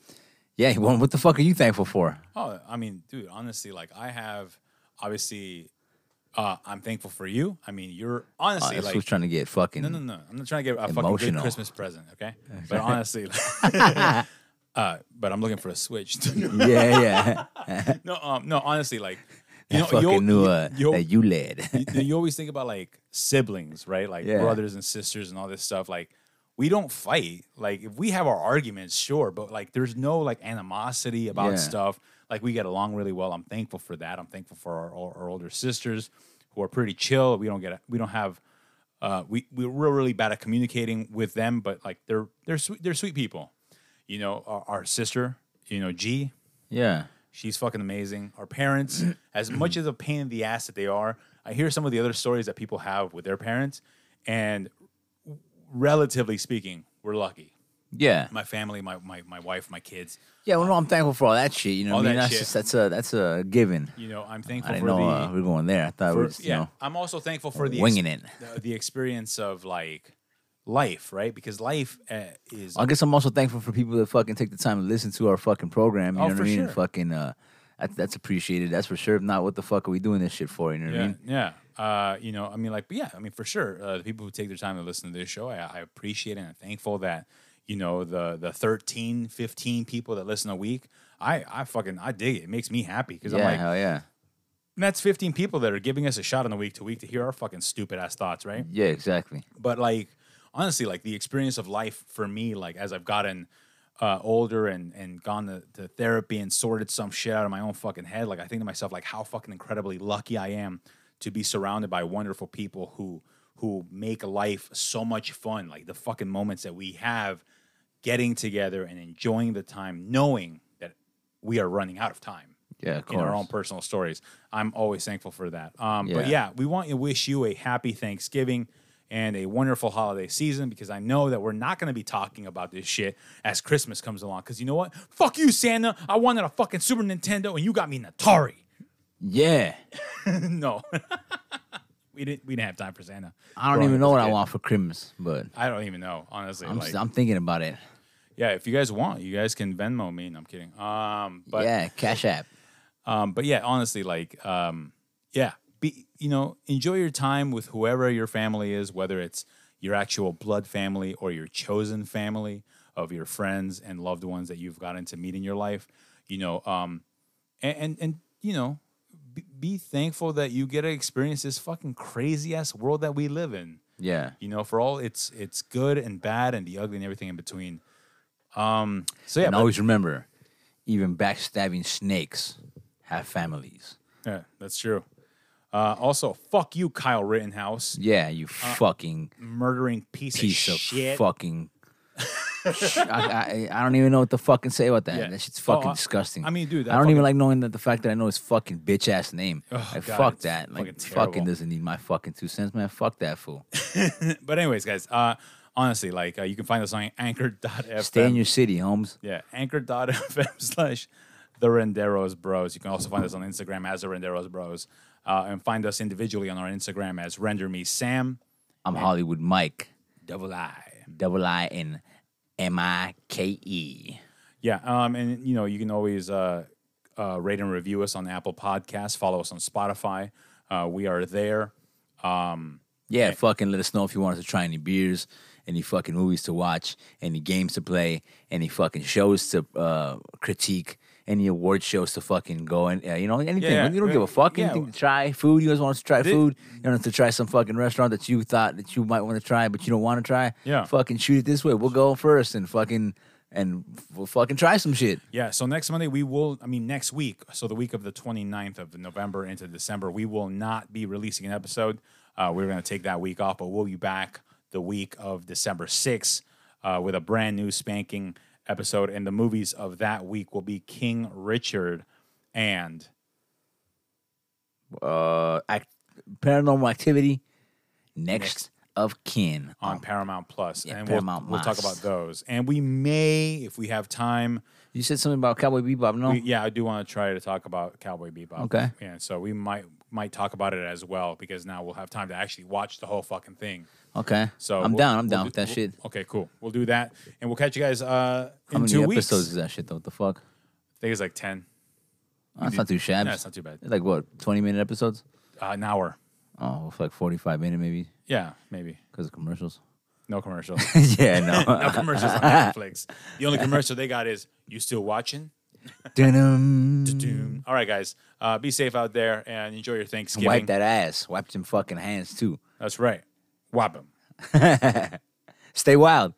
[SPEAKER 2] yeah. Well, what the fuck are you thankful for?
[SPEAKER 1] Oh, I mean, dude, honestly, like I have obviously, uh, I'm thankful for you. I mean, you're
[SPEAKER 2] Uh,
[SPEAKER 1] honestly
[SPEAKER 2] this
[SPEAKER 1] like
[SPEAKER 2] fool's trying to get fucking.
[SPEAKER 1] no, no, no. I'm not trying to get a fucking
[SPEAKER 2] Emotional.
[SPEAKER 1] good Christmas present, okay? But honestly, uh, but I'm looking for a Switch.
[SPEAKER 2] Yeah, yeah.
[SPEAKER 1] no, um, no, honestly, like you
[SPEAKER 2] You
[SPEAKER 1] know,
[SPEAKER 2] fucking
[SPEAKER 1] you'll-
[SPEAKER 2] knew uh,
[SPEAKER 1] you'll-
[SPEAKER 2] that you led.
[SPEAKER 1] you, you always think about like siblings, right? Like
[SPEAKER 2] Yeah.
[SPEAKER 1] brothers and sisters and all this stuff. Like we don't fight. Like if we have our arguments, sure, but like there's no like animosity about
[SPEAKER 2] Yeah.
[SPEAKER 1] stuff. Like we get along really well. I'm thankful for that. I'm thankful for our, our, our older sisters who are pretty chill. We don't get we don't have uh we we're really bad at communicating with them, but like they're they're sweet they're sweet people. You know, our, our sister, you know, G,
[SPEAKER 2] yeah.
[SPEAKER 1] She's fucking amazing. Our parents, as much as a pain in the ass that they are, I hear some of the other stories that people have with their parents, and relatively speaking, we're lucky.
[SPEAKER 2] Yeah.
[SPEAKER 1] My family, my my, my wife, my kids.
[SPEAKER 2] Yeah, well, no, I'm thankful for all that shit. You know,
[SPEAKER 1] All
[SPEAKER 2] what I mean,
[SPEAKER 1] that
[SPEAKER 2] that's
[SPEAKER 1] shit.
[SPEAKER 2] just that's a that's a given.
[SPEAKER 1] You know, I'm thankful
[SPEAKER 2] I
[SPEAKER 1] for
[SPEAKER 2] didn't
[SPEAKER 1] the.
[SPEAKER 2] know uh, we were going there. I thought we
[SPEAKER 1] for-
[SPEAKER 2] were just, you
[SPEAKER 1] yeah,
[SPEAKER 2] know,
[SPEAKER 1] I'm also thankful for the
[SPEAKER 2] winging it.
[SPEAKER 1] the, the experience of like life, right? Because life uh, is
[SPEAKER 2] I guess I'm also thankful for people that fucking take the time to listen to our fucking program. You
[SPEAKER 1] Oh,
[SPEAKER 2] know what
[SPEAKER 1] for
[SPEAKER 2] I mean?
[SPEAKER 1] sure.
[SPEAKER 2] And fucking, uh, that, that's appreciated. That's for sure. If not, what the fuck are we doing this shit for? You know what I
[SPEAKER 1] Yeah,
[SPEAKER 2] mean?
[SPEAKER 1] yeah. Uh, you know, I mean, like, but yeah, I mean, for sure, uh, the people who take their time to listen to this show, I, I appreciate it and I'm thankful that, you know, the the 13, 15 people that listen a week, I, I fucking, I dig it. It makes me happy because I'm
[SPEAKER 2] Yeah,
[SPEAKER 1] like,
[SPEAKER 2] hell yeah.
[SPEAKER 1] that's 15 people that are giving us a shot on the week to week to hear our fucking stupid ass thoughts, right?
[SPEAKER 2] Yeah, exactly.
[SPEAKER 1] but like honestly like the experience of life for me like as i've gotten uh, older and and gone to, to therapy and sorted some shit out of my own fucking head like i think to myself like how fucking incredibly lucky i am to be surrounded by wonderful people who who make life so much fun like the fucking moments that we have getting together and enjoying the time knowing that we are running out of time
[SPEAKER 2] Yeah, of
[SPEAKER 1] in our own
[SPEAKER 2] course.
[SPEAKER 1] personal stories. I'm always thankful for that. Um, But
[SPEAKER 2] Yeah.
[SPEAKER 1] yeah, we want to wish you a happy Thanksgiving and a wonderful holiday season because I know that we're not going to be talking about this shit as Christmas comes along. Because you know what? Fuck you, Santa. I wanted a fucking Super Nintendo and you got me an Atari.
[SPEAKER 2] Yeah.
[SPEAKER 1] no. We didn't. We didn't have time for Santa.
[SPEAKER 2] I don't
[SPEAKER 1] growing
[SPEAKER 2] even
[SPEAKER 1] up as a
[SPEAKER 2] know what I
[SPEAKER 1] kid.
[SPEAKER 2] want for Christmas, but
[SPEAKER 1] I don't even know, honestly.
[SPEAKER 2] I'm,
[SPEAKER 1] like,
[SPEAKER 2] s- I'm thinking about it.
[SPEAKER 1] yeah, if you guys want, you guys can Venmo me. No, I'm kidding. Um, but
[SPEAKER 2] yeah, Cash App.
[SPEAKER 1] Um, but yeah, honestly, like, um, yeah, be you know, enjoy your time with whoever your family is, whether it's your actual blood family or your chosen family of your friends and loved ones that you've gotten to meet in your life. You know, um, and and, and you know, be, be thankful that you get to experience this fucking crazy ass world that we live in.
[SPEAKER 2] Yeah.
[SPEAKER 1] You know, for all it's it's good and bad and the ugly and everything in between. Um, so yeah,
[SPEAKER 2] and
[SPEAKER 1] but-
[SPEAKER 2] always remember, even backstabbing snakes have families.
[SPEAKER 1] yeah, that's true. Uh, also, fuck you, Kyle Rittenhouse.
[SPEAKER 2] Yeah, you
[SPEAKER 1] Uh,
[SPEAKER 2] fucking
[SPEAKER 1] murdering piece,
[SPEAKER 2] piece
[SPEAKER 1] of,
[SPEAKER 2] of
[SPEAKER 1] shit.
[SPEAKER 2] fucking. I, I, I don't even know what to fucking say about that.
[SPEAKER 1] Yeah.
[SPEAKER 2] That shit's
[SPEAKER 1] Oh,
[SPEAKER 2] fucking
[SPEAKER 1] I-
[SPEAKER 2] disgusting.
[SPEAKER 1] I mean, dude, that
[SPEAKER 2] I don't even
[SPEAKER 1] fucking- Oh,
[SPEAKER 2] like knowing that the fact that I know his fucking bitch ass name. like,
[SPEAKER 1] God,
[SPEAKER 2] fuck
[SPEAKER 1] it's
[SPEAKER 2] that. Like,
[SPEAKER 1] fucking
[SPEAKER 2] fucking
[SPEAKER 1] terrible.
[SPEAKER 2] doesn't need my fucking two cents, man. Fuck that fool.
[SPEAKER 1] But anyways, guys, uh, honestly, like uh, you can find us on anchor.fm.
[SPEAKER 2] Stay in your city, Holmes.
[SPEAKER 1] yeah, anchor.fm slash the Renderos Bros. You can also find us on Instagram as the Renderos Bros. Uh, and find us individually on our Instagram as Render Me Sam
[SPEAKER 2] I'm Hollywood Mike.
[SPEAKER 1] Double I.
[SPEAKER 2] Double I and M I K E.
[SPEAKER 1] Yeah, um, and you know you can always uh, uh, rate and review us on Apple Podcasts. Follow us on Spotify. Uh, we are there.
[SPEAKER 2] Yeah, fucking let us know if you want us to try any beers, any fucking movies to watch, any games to play, any fucking shows to uh, critique, any award shows to fucking go and uh, you know anything.
[SPEAKER 1] Yeah,
[SPEAKER 2] you don't
[SPEAKER 1] yeah,
[SPEAKER 2] give a fuck.
[SPEAKER 1] yeah.
[SPEAKER 2] Anything to try, food. You guys want us to try food. You want us to try some fucking restaurant that you thought that you might want to try, but you don't want to try.
[SPEAKER 1] Yeah.
[SPEAKER 2] fucking shoot it this way. We'll go first and fucking and we'll fucking try some shit.
[SPEAKER 1] Yeah, so next Monday we will, I mean, next week, so the week of the 29th of November into December, we will not be releasing an episode. Uh, we're going to take that week off, but we'll be back the week of December 6th uh, with a brand new spanking episode. And the movies of that week will be King Richard and
[SPEAKER 2] Uh, act, paranormal activity. Next, of Kin.
[SPEAKER 1] on Paramount Plus,
[SPEAKER 2] yeah,
[SPEAKER 1] and
[SPEAKER 2] Paramount
[SPEAKER 1] we'll, we'll talk
[SPEAKER 2] Plus.
[SPEAKER 1] about those. And we may, if we have time,
[SPEAKER 2] You said something about Cowboy Bebop, no?
[SPEAKER 1] we- yeah, I do want to try to talk about Cowboy Bebop.
[SPEAKER 2] Oh. Okay.
[SPEAKER 1] yeah, so we might might talk about it as well because now we'll have time to actually watch the whole fucking thing.
[SPEAKER 2] okay.
[SPEAKER 1] So
[SPEAKER 2] I'm
[SPEAKER 1] we'll-
[SPEAKER 2] down. I'm
[SPEAKER 1] we'll
[SPEAKER 2] down
[SPEAKER 1] do-
[SPEAKER 2] with that
[SPEAKER 1] we'll-
[SPEAKER 2] shit.
[SPEAKER 1] Okay, cool. We'll do that, and we'll catch you guys uh, in
[SPEAKER 2] How many
[SPEAKER 1] two weeks.
[SPEAKER 2] episodes is that shit though? What the fuck?
[SPEAKER 1] I think it's like ten.
[SPEAKER 2] Oh, that's not too shabby.
[SPEAKER 1] Yeah, it's not too bad.
[SPEAKER 2] Like what? Twenty minute episodes?
[SPEAKER 1] Uh, an hour.
[SPEAKER 2] Oh, it's like forty five minute maybe
[SPEAKER 1] Yeah, maybe.
[SPEAKER 2] because of commercials.
[SPEAKER 1] No commercials.
[SPEAKER 2] yeah,
[SPEAKER 1] no
[SPEAKER 2] no.
[SPEAKER 1] commercials on Netflix. The only commercial they got is "You still watching?"
[SPEAKER 2] Dun-dum. Mm.
[SPEAKER 1] Doom. All right, guys. Uh, be safe out there and enjoy your Thanksgiving.
[SPEAKER 2] Wipe that ass. Wipe them fucking hands too.
[SPEAKER 1] That's right. Whop 'em.
[SPEAKER 2] Stay wild.